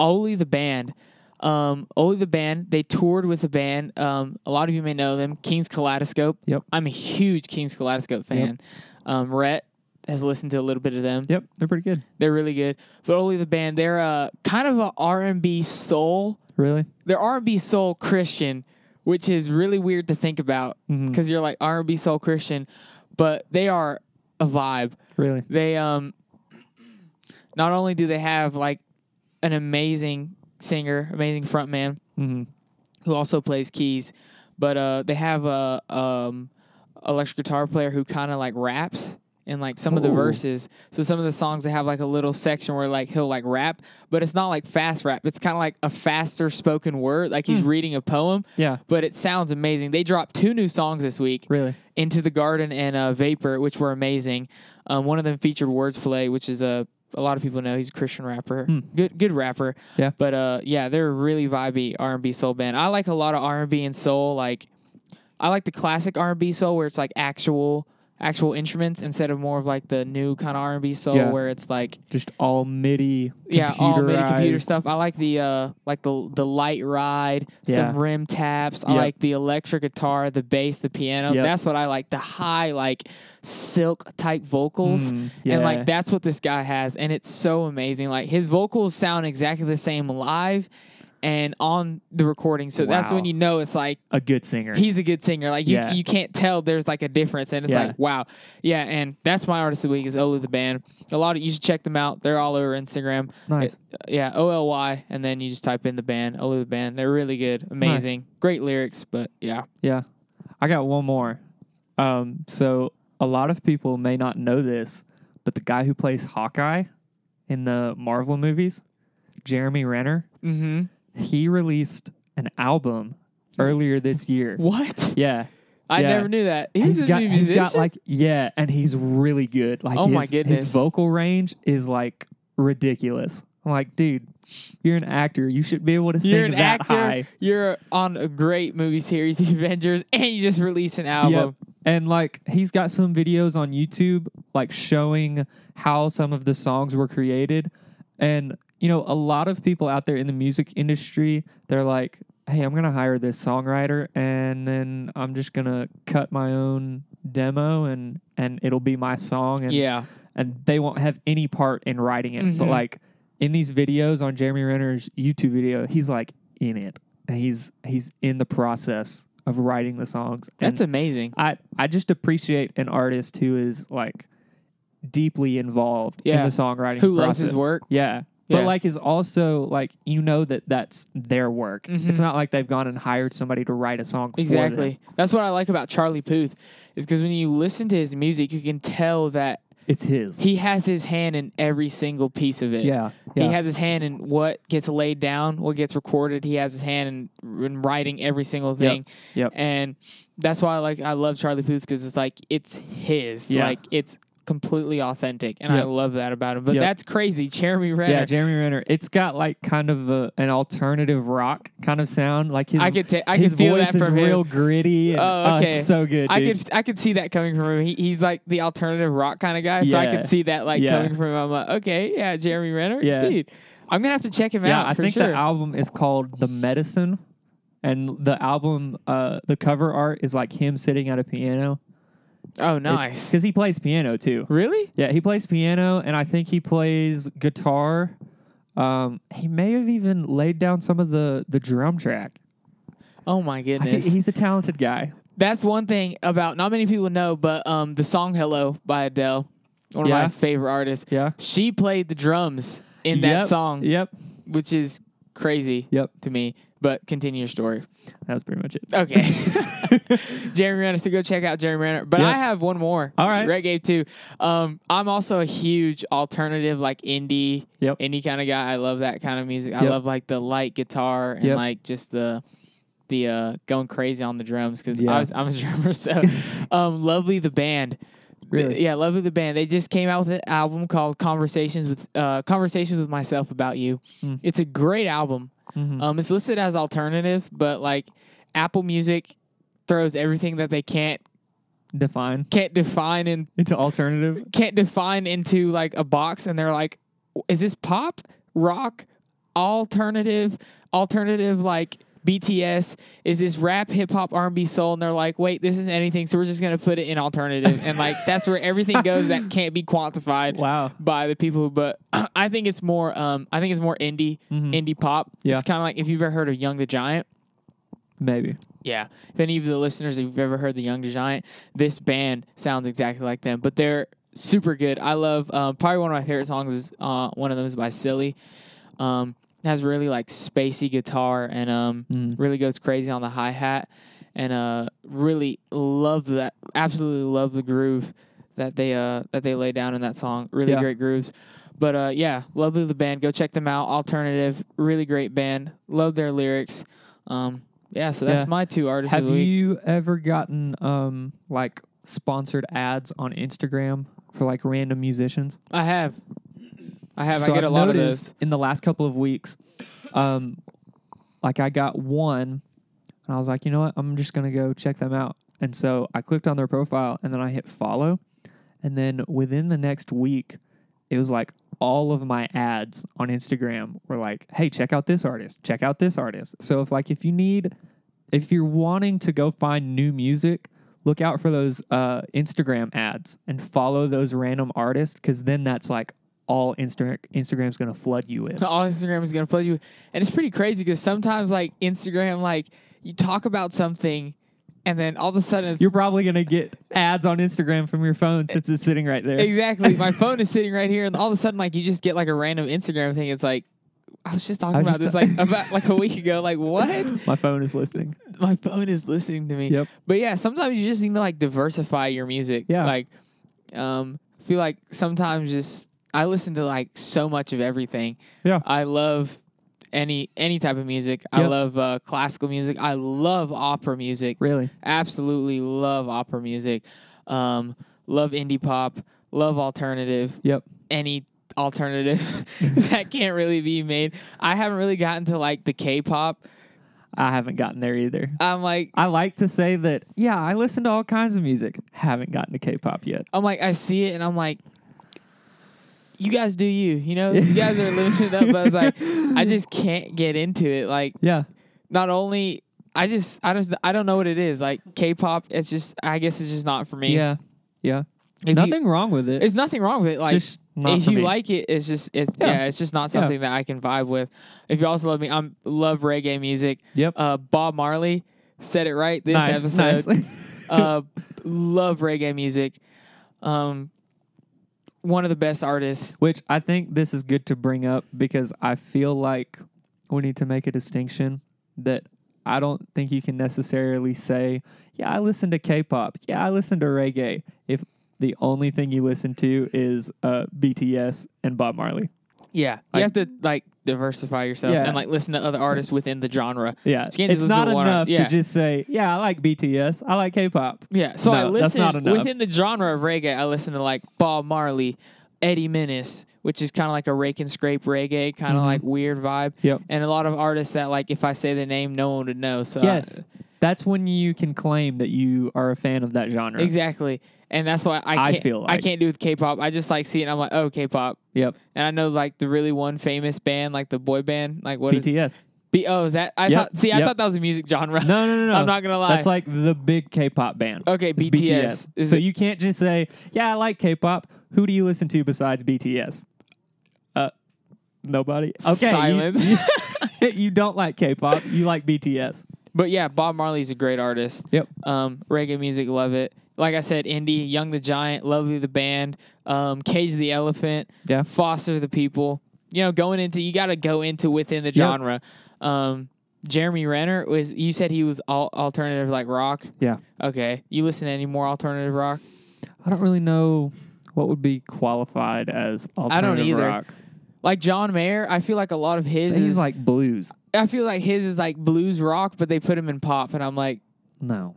Speaker 1: Oli the band. Um, Oli the band. They toured with the band. Um, a lot of you may know them. King's Kaleidoscope.
Speaker 2: Yep.
Speaker 1: I'm a huge King's Kaleidoscope fan. Um, Rhett has listened to a little bit of them.
Speaker 2: yep, they're pretty good.
Speaker 1: They're really good. But Oli the band. They're uh, kind of a R&B soul.
Speaker 2: Really?
Speaker 1: They're R&B soul Christian, which is really weird to think about
Speaker 2: Mhm.
Speaker 1: because you're like R&B soul Christian, but they are a vibe
Speaker 2: Really?
Speaker 1: they um not only do they have like an amazing singer, amazing frontman
Speaker 2: hmm
Speaker 1: who also plays keys, But uh, they have a um, electric guitar player who kind of like raps in like some of the
Speaker 2: Ooh.
Speaker 1: verses. So some of the songs they have like a little section where like he'll like rap, but it's not like fast rap. It's kind of like a faster spoken word, like he's reading a poem.
Speaker 2: Yeah.
Speaker 1: But it sounds amazing. They dropped two new songs this week.
Speaker 2: Really.
Speaker 1: Into the Garden and uh, Vapor, which were amazing. Um, one of them featured Wordsplay, which is a a lot of people know he's a Christian rapper, good good rapper.
Speaker 2: Hmm. Yeah.
Speaker 1: But uh, yeah, they're a really vibey R and B soul band. I like a lot of R and B and soul. Like, I like the classic R and B soul where it's like actual actual instruments instead of more of like the new kind of R and B soul
Speaker 2: Yeah.
Speaker 1: where it's like
Speaker 2: Just all MIDI.
Speaker 1: yeah, all MIDI computer
Speaker 2: computerized.
Speaker 1: stuff. I like the uh, like the the light ride,
Speaker 2: Yeah.
Speaker 1: some rim taps. I
Speaker 2: Yep.
Speaker 1: like the electric guitar, the bass, the piano.
Speaker 2: Yep.
Speaker 1: That's what I like. The high like silk type vocals.
Speaker 2: Mm,
Speaker 1: And
Speaker 2: yeah.
Speaker 1: like that's what this guy has and it's so amazing. Like his vocals sound exactly the same live and on the recording. So that's when
Speaker 2: Wow.
Speaker 1: you know it's like
Speaker 2: A good singer.
Speaker 1: he's a good singer. Like you,
Speaker 2: Yeah.
Speaker 1: you can't tell there's like a difference, and it's
Speaker 2: Yeah.
Speaker 1: like wow, yeah. And that's my artist of the week is Olu the band. A lot of you should check them out. They're all over Instagram.
Speaker 2: nice.
Speaker 1: Uh, yeah, O L Y, and then you just type in the band Olu the band. They're really good, amazing, great lyrics. But yeah,
Speaker 2: Yeah. I got one more. Um, so a lot of people may not know this, but the guy who plays Hawkeye in the Marvel movies, Jeremy Renner,
Speaker 1: mm-hmm.
Speaker 2: he released an album earlier this year.
Speaker 1: What?
Speaker 2: Yeah.
Speaker 1: I
Speaker 2: Yeah.
Speaker 1: never knew that. He's,
Speaker 2: He's
Speaker 1: a
Speaker 2: got
Speaker 1: new
Speaker 2: he's
Speaker 1: musician.
Speaker 2: got like yeah, and he's really good. Like
Speaker 1: Oh
Speaker 2: his,
Speaker 1: my goodness.
Speaker 2: his vocal range is like ridiculous. I'm like, dude, you're an actor. You should be able to
Speaker 1: (laughs) you're
Speaker 2: sing
Speaker 1: an
Speaker 2: that
Speaker 1: actor.
Speaker 2: high.
Speaker 1: You're on a great movie series, (laughs) The Avengers, and you just release an album.
Speaker 2: Yep. And like he's got some videos on YouTube like showing how some of the songs were created. And you know, a lot of people out there in the music industry, they're like, "Hey, I'm going to hire this songwriter and then I'm just going to cut my own demo and and it'll be my song and
Speaker 1: Yeah,
Speaker 2: and they won't have any part in writing it. But
Speaker 1: Mhm.
Speaker 2: like in these videos on Jeremy Renner's YouTube video, he's like in it. And he's he's in the process of writing the songs.
Speaker 1: that's
Speaker 2: and
Speaker 1: amazing.
Speaker 2: I I just appreciate an artist who is like deeply involved in
Speaker 1: Yeah.
Speaker 2: the songwriting
Speaker 1: Who loves
Speaker 2: process.
Speaker 1: his work?
Speaker 2: Yeah. But
Speaker 1: Yeah.
Speaker 2: like is also like you know that that's their work. It's not like they've gone and hired somebody to write a song. For them.
Speaker 1: Mm-hmm. Exactly. That's what I like about Charlie Puth, is because when you listen to his music, you can tell that
Speaker 2: It's his.
Speaker 1: he has his hand in every single piece of it.
Speaker 2: yeah. Yeah.
Speaker 1: He has his hand in what gets laid down, what gets recorded. He has his hand in, in writing every single thing.
Speaker 2: Yep.
Speaker 1: And that's why I like I love Charlie Puth because it's like it's his.
Speaker 2: Yeah.
Speaker 1: Like it's completely authentic, and I
Speaker 2: Yep.
Speaker 1: love that about him. But
Speaker 2: Yep.
Speaker 1: that's crazy, Jeremy Renner.
Speaker 2: Yeah, Jeremy Renner. It's got like kind of a, an alternative rock kind of sound. Like his,
Speaker 1: I could ta- I
Speaker 2: his
Speaker 1: could feel
Speaker 2: voice
Speaker 1: that
Speaker 2: is
Speaker 1: from him.
Speaker 2: real gritty. And,
Speaker 1: Oh, okay.
Speaker 2: it's so good.
Speaker 1: I
Speaker 2: dude.
Speaker 1: could I could see that coming from him. He, he's like the alternative rock kind of guy, so I
Speaker 2: Yeah.
Speaker 1: could see that like
Speaker 2: Yeah.
Speaker 1: coming from him. I'm like, okay, yeah, Jeremy Renner,
Speaker 2: Yeah.
Speaker 1: dude, I'm gonna have to check him
Speaker 2: yeah,
Speaker 1: out
Speaker 2: I
Speaker 1: for
Speaker 2: think
Speaker 1: sure.
Speaker 2: the album is called The Medicine, and the album, uh, the cover art is like him sitting at a piano
Speaker 1: oh, nice.
Speaker 2: because he plays piano too.
Speaker 1: really?
Speaker 2: Yeah, he plays piano, and I think he plays guitar. Um, he may have even laid down some of the the drum track.
Speaker 1: Oh my
Speaker 2: He-
Speaker 1: goodness.
Speaker 2: he's a talented guy.
Speaker 1: That's one thing about not many people know, but um, the song "Hello" by Adele, one of
Speaker 2: Yeah.
Speaker 1: my favorite artists.
Speaker 2: Yeah.
Speaker 1: She played the drums in
Speaker 2: Yep,
Speaker 1: that song,
Speaker 2: Yep.
Speaker 1: which is crazy
Speaker 2: Yep.
Speaker 1: to me. But continue your story.
Speaker 2: That was pretty much it. (laughs)
Speaker 1: Okay. Jeremy Renner. So go check out Jeremy Renner. But I
Speaker 2: Yep.
Speaker 1: have one more.
Speaker 2: All right.
Speaker 1: Greg gave two. Um, I'm also a huge alternative, like indie,
Speaker 2: Yep.
Speaker 1: indie kind of guy. I love that kind of music. I
Speaker 2: Yep.
Speaker 1: love like the light guitar and
Speaker 2: Yep.
Speaker 1: like just the the uh, going crazy on the drums because
Speaker 2: Yeah.
Speaker 1: I was I'm a (laughs) drummer. So, um, Lovely the band. Th-
Speaker 2: Really?
Speaker 1: Yeah, Lovely the band. They just came out with an album called Conversations with uh, Conversations with Myself About You.
Speaker 2: Mm.
Speaker 1: It's a great album.
Speaker 2: Mhm.
Speaker 1: Um, it's listed as alternative, but like Apple Music throws everything that they can't
Speaker 2: Define.
Speaker 1: can't define and
Speaker 2: into alternative.
Speaker 1: can't define into like a box, and they're like, is this pop, rock, alternative, alternative like BTS? Is this rap, hip hop, R and B, soul? And they're like, wait, this isn't anything, so we're just gonna put it in alternative, and like that's where everything goes
Speaker 2: (laughs)
Speaker 1: that can't be quantified
Speaker 2: Wow.
Speaker 1: by the people, but (clears throat) I think it's more um I think it's more indie
Speaker 2: Mhm.
Speaker 1: indie pop.
Speaker 2: Yeah.
Speaker 1: It's kind of like if you've ever heard of Young the Giant.
Speaker 2: Maybe.
Speaker 1: Yeah. If any of the listeners have ever heard the Young the Giant, this band sounds exactly like them, but they're super good. I love um, probably one of my favorite songs is uh, one of them is by Silly. Um, it has really like spacey guitar and um
Speaker 2: Mm.
Speaker 1: really goes crazy on the hi hat. and uh, really love that. Absolutely love the groove that they uh, that they lay down in that song. Really
Speaker 2: Yeah.
Speaker 1: great grooves. But uh, yeah, love the band. Go check them out. Alternative, really great band. Love their lyrics. Um, yeah, so that's
Speaker 2: Yeah.
Speaker 1: my two artists. of
Speaker 2: Have
Speaker 1: the week.
Speaker 2: you ever gotten um like sponsored ads on Instagram for like random musicians?
Speaker 1: I have. I have.
Speaker 2: So
Speaker 1: I get a
Speaker 2: I've
Speaker 1: lot of
Speaker 2: noticed
Speaker 1: those.
Speaker 2: in the last couple of weeks. Um, like I got one, and I was like, you know what? I'm just gonna go check them out. And so I clicked on their profile, and then I hit follow, and then within the next week, it was like all of my ads on Instagram were like, hey, check out this artist, check out this artist. So if like if you need, if you're wanting to go find new music. Look out for those uh, Instagram ads and follow those random artists because then that's like all Insta- Instagram's going to flood
Speaker 1: (laughs)
Speaker 2: you with.
Speaker 1: all Instagram is gonna play you, and it's pretty crazy because sometimes like Instagram, like you talk about something, and then all of a sudden it's
Speaker 2: You're probably going to get ads on Instagram from your phone since it's sitting right
Speaker 1: (laughs)
Speaker 2: there.
Speaker 1: exactly
Speaker 2: (laughs)
Speaker 1: my phone is sitting right here, and all of a sudden like you just get like a random Instagram thing. It's like I was just talking
Speaker 2: I was
Speaker 1: about
Speaker 2: just
Speaker 1: this like about like a week ago. Like what?
Speaker 2: My phone is listening.
Speaker 1: (laughs) my phone is listening to me.
Speaker 2: Yep.
Speaker 1: But yeah, sometimes you just need to like diversify your music.
Speaker 2: Yeah.
Speaker 1: Like, um, I feel like sometimes just I listen to like so much of everything.
Speaker 2: Yeah.
Speaker 1: I love any any type of music. I
Speaker 2: Yep.
Speaker 1: love uh, classical music. I love opera music.
Speaker 2: Really?
Speaker 1: Absolutely love opera music. Um, love indie pop. Love alternative
Speaker 2: Yep.
Speaker 1: any alternative (laughs) that can't really be made. I haven't really gotten to like the K-pop.
Speaker 2: I haven't gotten there either.
Speaker 1: I'm like
Speaker 2: I like to say that, yeah, I listen to all kinds of music. Haven't gotten to K pop yet.
Speaker 1: I'm like, I see it, and I'm like, you guys do you, you know, you guys are living it up. But I was like,
Speaker 2: (laughs)
Speaker 1: I just can't get into it. Like,
Speaker 2: Yeah.
Speaker 1: not only I just, I just, I don't know what it is. Like K-pop, it's just, I guess it's just not for me.
Speaker 2: Yeah. Yeah.
Speaker 1: If you-
Speaker 2: Nothing wrong with it.
Speaker 1: there's nothing wrong with it. Like,
Speaker 2: just not
Speaker 1: if
Speaker 2: for
Speaker 1: you
Speaker 2: me.
Speaker 1: like it, it's just, it's
Speaker 2: Yeah.
Speaker 1: yeah. it's just not
Speaker 2: Yeah.
Speaker 1: something that I can vibe with. If you also love me, I'm love reggae music.
Speaker 2: Yep.
Speaker 1: Uh, Bob Marley said it right this
Speaker 2: nice.
Speaker 1: episode
Speaker 2: Nice. (laughs)
Speaker 1: uh, love reggae music. Um, one of the best artists.
Speaker 2: Which I think this is good to bring up because I feel like we need to make a distinction that I don't think you can necessarily say, yeah, I listen to K pop. Yeah, I listen to reggae. If the only thing you listen to is uh, BTS and Bob Marley.
Speaker 1: Yeah, you
Speaker 2: Like-
Speaker 1: have to like diversify yourself
Speaker 2: Yeah.
Speaker 1: and like listen to other artists within the genre.
Speaker 2: Yeah.
Speaker 1: You can't just
Speaker 2: It's
Speaker 1: listen
Speaker 2: not
Speaker 1: to one
Speaker 2: enough
Speaker 1: artist. Yeah.
Speaker 2: to just say, yeah, I like BTS. I like K pop.
Speaker 1: Yeah, so I
Speaker 2: No, that's
Speaker 1: listen
Speaker 2: not enough.
Speaker 1: within the genre of reggae. I listen to like Bob Marley, Eddie Menace, which is kind of like a rake and scrape reggae, kind of
Speaker 2: Mhm.
Speaker 1: like weird vibe,
Speaker 2: Yep.
Speaker 1: and a lot of artists that like if I say the name, no one would know. So I-
Speaker 2: Yes. Uh, That's when you can claim that you are a fan of that genre.
Speaker 1: exactly. And that's why I
Speaker 2: I
Speaker 1: can't,
Speaker 2: feel
Speaker 1: I
Speaker 2: like-
Speaker 1: can't do with K-pop. I just like see it. and I'm like, oh, K-pop.
Speaker 2: Yep.
Speaker 1: And I know like the really one famous band, like the boy band, like what is
Speaker 2: BTS.
Speaker 1: B- oh, is that? I
Speaker 2: Yep,
Speaker 1: thought. See, I
Speaker 2: yep.
Speaker 1: thought that was a music genre.
Speaker 2: No, no, no, no.
Speaker 1: I'm not gonna lie.
Speaker 2: That's like the big K-pop band.
Speaker 1: (laughs) Okay,
Speaker 2: It's
Speaker 1: BTS. Is
Speaker 2: So
Speaker 1: it-
Speaker 2: you can't just say, "Yeah, I like K-pop." Who do you listen to besides BTS? Uh, nobody. Okay, you-
Speaker 1: Silence.
Speaker 2: (laughs) You, you don't like K-pop. You like BTS.
Speaker 1: (laughs) but yeah, Bob Marley's a great artist.
Speaker 2: Yep.
Speaker 1: Um, reggae music, love it. Like I said, indie, Young the Giant, Lovely the Band, um, Cage the Elephant,
Speaker 2: Yeah.
Speaker 1: Foster the People. You know, going into you got to go into within the genre. Um, Jeremy Renner was. You said he was all alternative like rock.
Speaker 2: Yeah.
Speaker 1: Okay, you listen to any more alternative rock?
Speaker 2: I don't really know what would be qualified as alternative
Speaker 1: either.
Speaker 2: rock.
Speaker 1: Like John Mayer, I feel like a lot of his
Speaker 2: He's
Speaker 1: is
Speaker 2: like blues.
Speaker 1: I feel like his is like blues rock, but they put him in pop, and I'm like,
Speaker 2: No.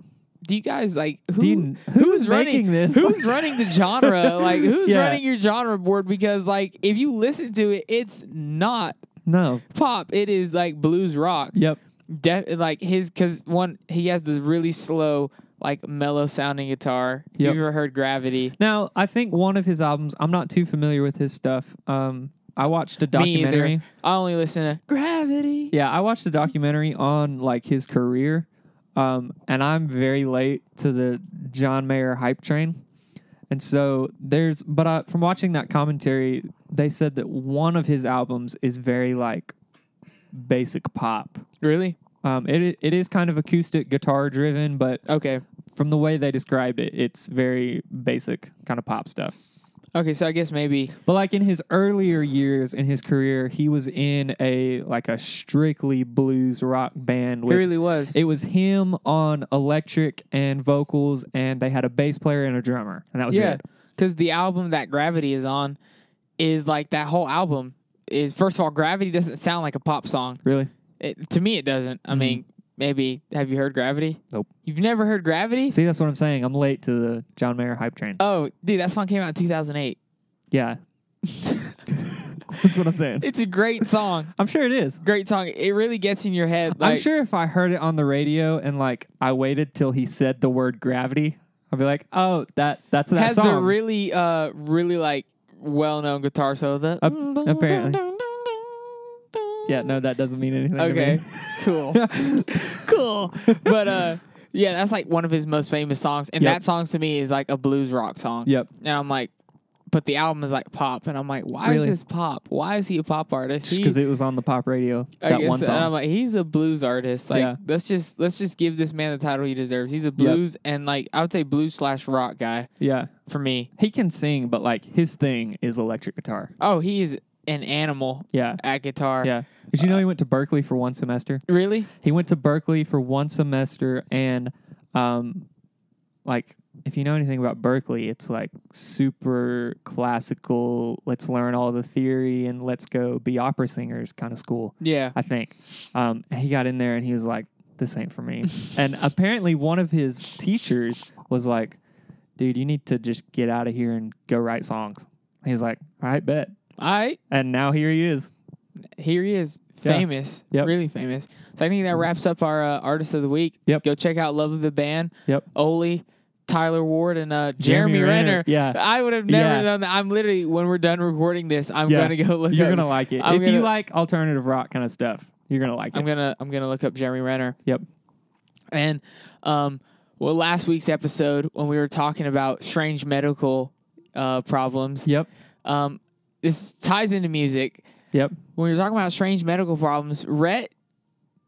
Speaker 1: do you guys like who,
Speaker 2: Do you- who's making
Speaker 1: running
Speaker 2: this?
Speaker 1: Who's running the
Speaker 2: (laughs)
Speaker 1: genre? like who's
Speaker 2: Yeah.
Speaker 1: running your genre board? Because like if you listen to it, it's not
Speaker 2: No.
Speaker 1: pop. It is like blues rock.
Speaker 2: Yep.
Speaker 1: De- like his because one he has this really slow like mellow sounding guitar. If
Speaker 2: Yep.
Speaker 1: You ever heard Gravity?
Speaker 2: Now, I think one of his albums. I'm not too familiar with his stuff. Um, I watched a
Speaker 1: Me
Speaker 2: documentary.
Speaker 1: either. I only listen to Gravity.
Speaker 2: Yeah, I watched a documentary on like his career, um, and I'm very late to the John Mayer hype train, and so there's. But I, from watching that commentary, they said that one of his albums is very like basic pop.
Speaker 1: Really?
Speaker 2: Um, it i- it is kind of acoustic guitar driven, but
Speaker 1: Okay.
Speaker 2: from the way they described it, it's very basic kind of pop stuff.
Speaker 1: Okay, so I guess maybe
Speaker 2: But like in his earlier years in his career, he was in a like a strictly blues rock band
Speaker 1: it
Speaker 2: with
Speaker 1: really was.
Speaker 2: it was him on electric and vocals and they had a bass player and a drummer. And that was
Speaker 1: yeah,
Speaker 2: it.
Speaker 1: because the album that Gravity is on is like that whole album is first of all, Gravity doesn't sound like a pop song.
Speaker 2: Really?
Speaker 1: It, to me, it doesn't. I
Speaker 2: Mhm.
Speaker 1: mean, maybe have you heard Gravity?
Speaker 2: Nope.
Speaker 1: You've never heard Gravity?
Speaker 2: See, that's what I'm saying. I'm late to the John Mayer hype train.
Speaker 1: Oh, dude, that song came out in 2008.
Speaker 2: yeah. (laughs) that's what I'm saying.
Speaker 1: (laughs) It's a great song.
Speaker 2: I'm sure it is.
Speaker 1: Great song. It really gets in your head. Like,
Speaker 2: I'm sure if I heard it on the radio and like I waited till he said the word gravity, I'd be like, "Oh, that that's that
Speaker 1: has
Speaker 2: song."
Speaker 1: the really, uh, really like well-known guitar solo. The
Speaker 2: Ap- apparently. yeah, no, that doesn't mean anything. to me.
Speaker 1: Okay. (laughs) cool. cool.
Speaker 2: (laughs)
Speaker 1: But uh, yeah, that's like one of his most famous songs, and
Speaker 2: Yep.
Speaker 1: that song to me is like a blues rock song.
Speaker 2: Yep.
Speaker 1: And I'm like, but the album is like pop, and I'm like, why
Speaker 2: Really?
Speaker 1: is this pop? Why is he a pop artist? He-
Speaker 2: because it was on the pop radio
Speaker 1: I
Speaker 2: that
Speaker 1: guess-
Speaker 2: one
Speaker 1: And I'm
Speaker 2: song.
Speaker 1: like, he's a blues artist. Like,
Speaker 2: Yeah.
Speaker 1: let's just let's just give this man the title he deserves. He's a blues and like I would say blues slash rock guy
Speaker 2: yeah,
Speaker 1: for me.
Speaker 2: he can sing, but like his thing is electric guitar.
Speaker 1: Oh, he is an animal
Speaker 2: Yeah,
Speaker 1: at guitar. Uh,
Speaker 2: yeah. Did you know he went to Berkeley for one semester?
Speaker 1: Really?
Speaker 2: He went to Berkeley for one semester, and um, like if you know anything about Berkeley, it's like super classical. Let's learn all the theory and let's go be opera singers kind of school.
Speaker 1: Yeah.
Speaker 2: I think. Um, he got in there and he was like, "This ain't
Speaker 1: (laughs)
Speaker 2: for me." and apparently, one of his teachers was like, "Dude, you need to just get out of here and go write songs." He's like, "All right, bet."
Speaker 1: All right.
Speaker 2: And now here he is.
Speaker 1: Here he is.
Speaker 2: Yeah.
Speaker 1: Famous.
Speaker 2: Yep.
Speaker 1: Really famous. So I think that wraps up our uh, artist of the week.
Speaker 2: Yep.
Speaker 1: Go check out Love of the Band.
Speaker 2: Yep.
Speaker 1: Oli, Tyler Ward, and uh, Jeremy, Renner.
Speaker 2: Yeah,
Speaker 1: I would have never
Speaker 2: Yeah.
Speaker 1: known that. I'm literally when we're done recording this, I'm
Speaker 2: Yeah.
Speaker 1: gonna go look
Speaker 2: you're
Speaker 1: up
Speaker 2: gonna like it
Speaker 1: I'm
Speaker 2: if you
Speaker 1: gonna-
Speaker 2: like alternative rock kind of stuff. You're gonna like it.
Speaker 1: I'm gonna I'm gonna look up Jeremy Renner.
Speaker 2: Yep.
Speaker 1: And um, well, last week's episode when we were talking about strange medical uh, problems,
Speaker 2: yep.
Speaker 1: um, this ties into music.
Speaker 2: Yep.
Speaker 1: When we were talking about strange medical problems, Rhett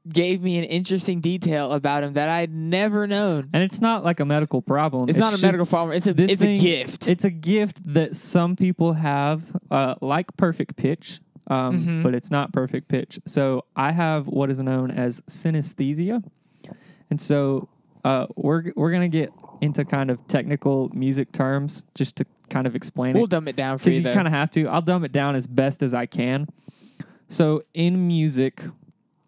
Speaker 1: gave me an interesting detail about him that I'd never known.
Speaker 2: And it's not like a medical problem.
Speaker 1: It's, not a
Speaker 2: just-
Speaker 1: medical problem. It's a
Speaker 2: this
Speaker 1: it's
Speaker 2: thing-
Speaker 1: a gift.
Speaker 2: It's a gift that some people have, uh, like perfect pitch, um,
Speaker 1: Mhm.
Speaker 2: but it's not perfect pitch. So I have what is known as synesthesia, and so uh, we're we're gonna get into kind of technical music terms just to kind of explain
Speaker 1: we'll
Speaker 2: it
Speaker 1: dumb it down for
Speaker 2: because
Speaker 1: you.
Speaker 2: you
Speaker 1: though.
Speaker 2: kind of have to. I'll dumb it down as best as I can. So in music,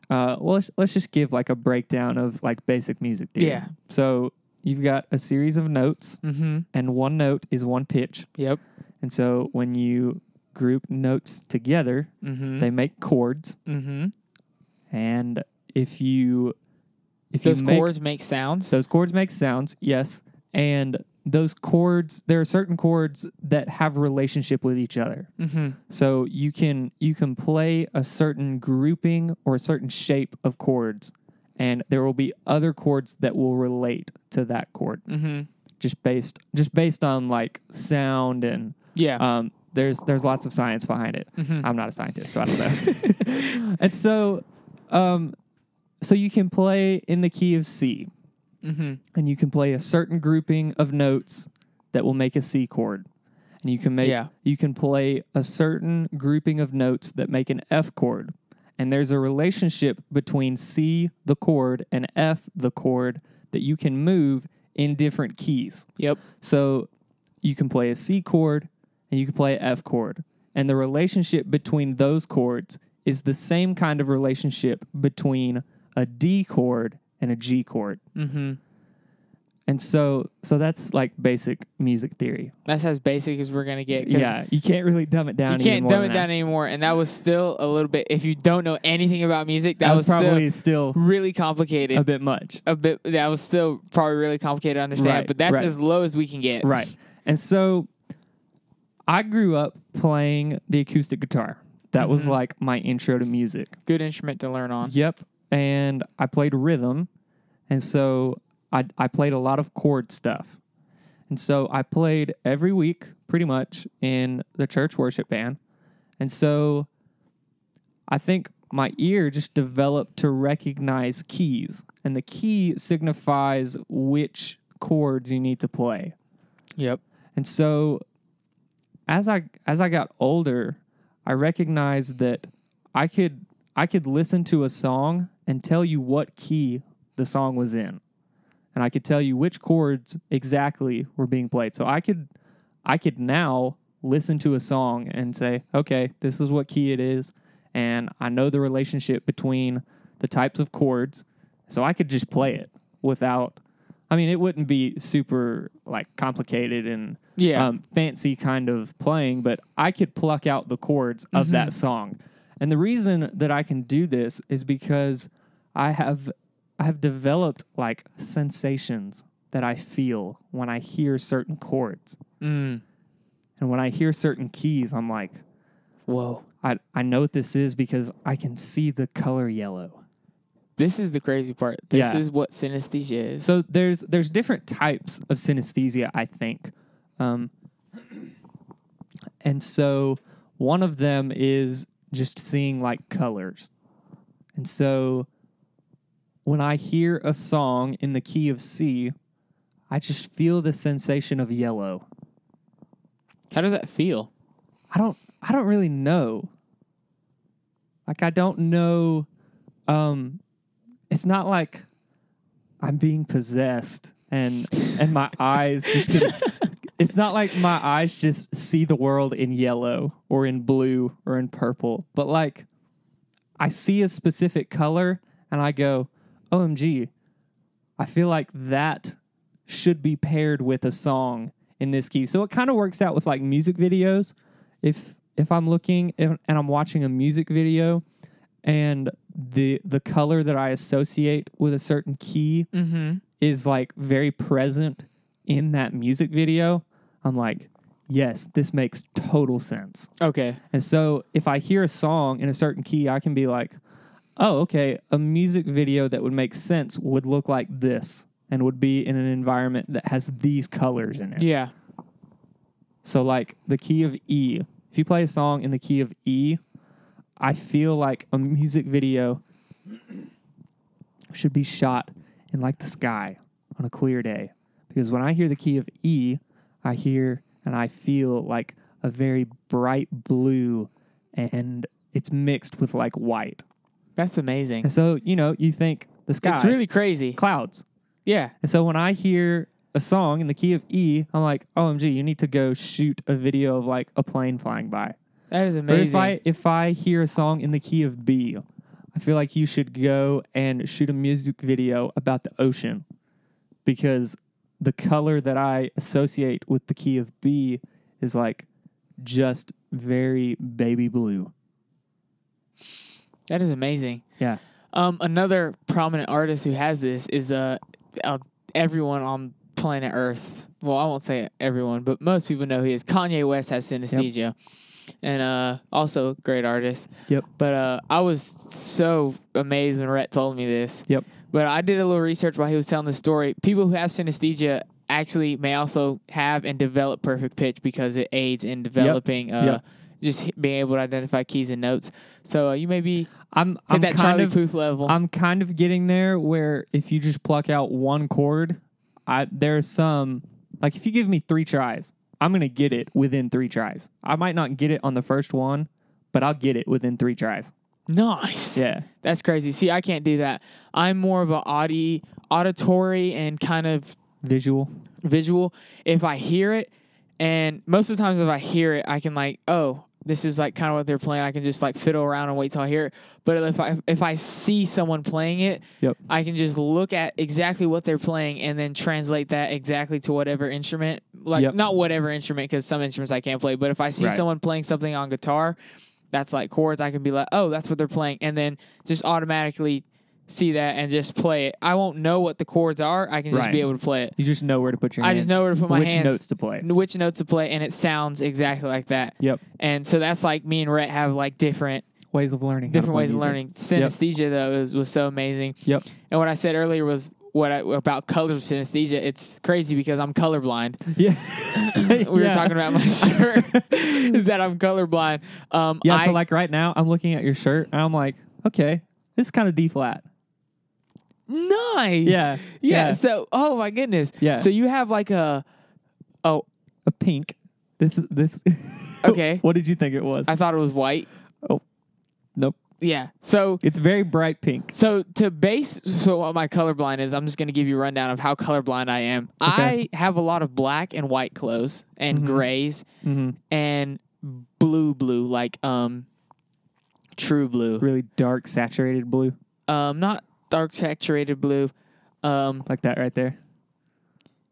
Speaker 2: uh, well, let's, let's just give like a breakdown of like basic music theory.
Speaker 1: Yeah.
Speaker 2: So you've got a series of notes
Speaker 1: mm-hmm.
Speaker 2: and one note is one pitch.
Speaker 1: Yep.
Speaker 2: And so when you group notes together,
Speaker 1: Mm-hmm.
Speaker 2: they make chords.
Speaker 1: mm-hmm.
Speaker 2: And if you if
Speaker 1: Those
Speaker 2: you make,
Speaker 1: chords make sounds.
Speaker 2: those chords make sounds, yes. And those chords, there are certain chords that have relationship with each other.
Speaker 1: Mm-hmm.
Speaker 2: So you can you can play a certain grouping or a certain shape of chords, and there will be other chords that will relate to that chord,
Speaker 1: Mm-hmm.
Speaker 2: just based just based on like sound and
Speaker 1: Yeah.
Speaker 2: um, there's there's lots of science behind it.
Speaker 1: Mhm.
Speaker 2: I'm not a scientist, so I
Speaker 1: (laughs)
Speaker 2: don't know. and so, um, so you can play in the key of C,
Speaker 1: mm-hmm.
Speaker 2: and you can play a certain grouping of notes that will make a C chord, and you can make
Speaker 1: Yeah.
Speaker 2: you can play a certain grouping of notes that make an F chord. And there's a relationship between C, the chord, and F, the chord, that you can move in different keys.
Speaker 1: Yep.
Speaker 2: So you can play a C chord and you can play an F chord. And the relationship between those chords is the same kind of relationship between a D chord and a G chord.
Speaker 1: Mm-hmm.
Speaker 2: And so so that's like basic music theory.
Speaker 1: That's as basic as we're gonna get. 'cause
Speaker 2: Yeah, you can't really dumb it down
Speaker 1: You
Speaker 2: even
Speaker 1: can't
Speaker 2: more
Speaker 1: dumb it
Speaker 2: than
Speaker 1: down anymore, and that was still a little bit. If you don't know anything about music, that,
Speaker 2: That, was probably still,
Speaker 1: still really complicated.
Speaker 2: a bit much.
Speaker 1: A bit. That was still probably really complicated to understand.
Speaker 2: Right,
Speaker 1: but that's
Speaker 2: right.
Speaker 1: as low as we can get.
Speaker 2: Right. And so I grew up playing the acoustic guitar. That was
Speaker 1: Mm-hmm.
Speaker 2: like my intro to music.
Speaker 1: Good instrument to learn on.
Speaker 2: Yep. And I played rhythm. And so I, I played a lot of chord stuff. And so I played every week pretty much in the church worship band. And so I think my ear just developed to recognize keys. And the key signifies which chords you need to play.
Speaker 1: Yep.
Speaker 2: And so as I as I got older, I recognized that I could I could listen to a song and tell you what key the song was in. And I could tell you which chords exactly were being played. So I could I could now listen to a song and say, "Okay, this is what key it is." And I know the relationship between the types of chords. So I could just play it without I mean, it wouldn't be super like complicated and
Speaker 1: Yeah.
Speaker 2: um, fancy kind of playing, but I could pluck out the chords of that song. And the reason that I can do this is because I have I have developed like sensations that I feel when I hear certain chords.
Speaker 1: Mm.
Speaker 2: And when I hear certain keys, I'm like,
Speaker 1: Whoa.
Speaker 2: I, I know what this is because I can see the color yellow.
Speaker 1: This is the crazy part. This
Speaker 2: Yeah.
Speaker 1: is what synesthesia is.
Speaker 2: So there's there's different types of synesthesia, I think, um, and so one of them is just seeing like colors, and so when I hear a song in the key of C, I just feel the sensation of yellow.
Speaker 1: How does that feel?
Speaker 2: I don't I don't really know. Like I don't know um it's not like I'm being possessed and and my eyes just can it's not like my eyes just see the world in yellow or in blue or in purple, but like I see a specific color and I go, "OMG, I feel like that should be paired with a song in this key. So it kind of works out with like music videos. If if I'm looking and and I'm watching a music video and the the color that I associate with a certain key
Speaker 1: Mm-hmm.
Speaker 2: is like very present in that music video, I'm like, yes, this makes total sense.
Speaker 1: Okay.
Speaker 2: And so if I hear a song in a certain key, I can be like, oh, okay, a music video that would make sense would look like this and would be in an environment that has these colors in it.
Speaker 1: Yeah.
Speaker 2: So, like the key of E, if you play a song in the key of E, I feel like a music video should be shot in like the sky on a clear day. Because when I hear the key of E, I hear and I feel like a very bright blue and it's mixed with like white.
Speaker 1: That's amazing.
Speaker 2: And so, you know, you think the sky,
Speaker 1: It's really crazy.
Speaker 2: clouds.
Speaker 1: Yeah.
Speaker 2: And so when I hear a song in the key of E, I'm like, OMG, you need to go shoot a video of like a plane flying by.
Speaker 1: That is
Speaker 2: But
Speaker 1: amazing.
Speaker 2: if I if I hear a song in the key of B, I feel like you should go and shoot a music video about the ocean because the color that I associate with the key of B is like just very baby blue.
Speaker 1: that is amazing.
Speaker 2: Yeah.
Speaker 1: Um, another prominent artist who has this is uh, uh everyone on planet Earth. Well, I won't say everyone, but most people know he is. Kanye West has synesthesia, and uh, also a great artist.
Speaker 2: Yep.
Speaker 1: But uh, I was so amazed when Rhett told me this.
Speaker 2: Yep.
Speaker 1: But I did a little research while he was telling the story. People who have synesthesia actually may also have and develop perfect pitch because it aids in developing uh,
Speaker 2: Yep.
Speaker 1: just h- being able to identify keys and notes. So uh, you may be
Speaker 2: I'm
Speaker 1: at
Speaker 2: I'm
Speaker 1: that
Speaker 2: kind
Speaker 1: Charlie
Speaker 2: of
Speaker 1: Puth level.
Speaker 2: I'm kind of getting there where if you just pluck out one chord, I there's some like if you give me three tries, I'm gonna get it within three tries. I might not get it on the first one, but I'll get it within three tries.
Speaker 1: nice.
Speaker 2: Yeah.
Speaker 1: That's crazy. See, I can't do that. I'm more of a audi, auditory and kind of
Speaker 2: Visual.
Speaker 1: visual. If I hear it, and most of the times if I hear it, I can like, oh, this is like kind of what they're playing. I can just like fiddle around and wait till I hear it. But if I if I see someone playing it,
Speaker 2: Yep.
Speaker 1: I can just look at exactly what they're playing and then translate that exactly to whatever instrument. Like
Speaker 2: Yep.
Speaker 1: not whatever instrument because some instruments I can't play. But if I see
Speaker 2: Right.
Speaker 1: someone playing something on guitar, that's like chords. I can be like, oh, that's what they're playing, and then just automatically see that and just play it. I won't know what the chords are. I can just
Speaker 2: Right.
Speaker 1: be able to play it
Speaker 2: You just know where to put your
Speaker 1: I
Speaker 2: hands.
Speaker 1: just know where to put my
Speaker 2: which
Speaker 1: hands.
Speaker 2: notes to play.
Speaker 1: which notes to play, and it sounds exactly like that.
Speaker 2: Yep.
Speaker 1: And so that's like me and Rhett have like different
Speaker 2: Ways of learning. how to
Speaker 1: different
Speaker 2: play
Speaker 1: ways of
Speaker 2: music.
Speaker 1: learning. Synesthesia though is, was so amazing.
Speaker 2: Yep.
Speaker 1: And what I said earlier was what I, about colors of synesthesia. It's crazy because I'm colorblind.
Speaker 2: (laughs) Yeah.
Speaker 1: (laughs) We were
Speaker 2: (laughs) Yeah.
Speaker 1: talking about my shirt (laughs) is that I'm colorblind. Um,
Speaker 2: Yeah,
Speaker 1: I,
Speaker 2: so like right now I'm looking at your shirt and I'm like, okay, this is kind of D flat.
Speaker 1: nice.
Speaker 2: Yeah.
Speaker 1: yeah.
Speaker 2: yeah.
Speaker 1: So oh my goodness.
Speaker 2: Yeah.
Speaker 1: So you have like a oh
Speaker 2: A pink. This is this.
Speaker 1: Okay.
Speaker 2: (laughs) what did you think it was?
Speaker 1: I thought it was white.
Speaker 2: Oh. nope.
Speaker 1: Yeah. So
Speaker 2: It's very bright pink.
Speaker 1: so to base so what my colorblind is, I'm just gonna give you a rundown of how colorblind I am.
Speaker 2: Okay.
Speaker 1: I have a lot of black and white clothes and
Speaker 2: Mhm.
Speaker 1: grays
Speaker 2: Mm-hmm.
Speaker 1: and blue blue, like um true blue.
Speaker 2: Really dark, saturated blue,
Speaker 1: Um not dark saturated blue. Um
Speaker 2: like that right there.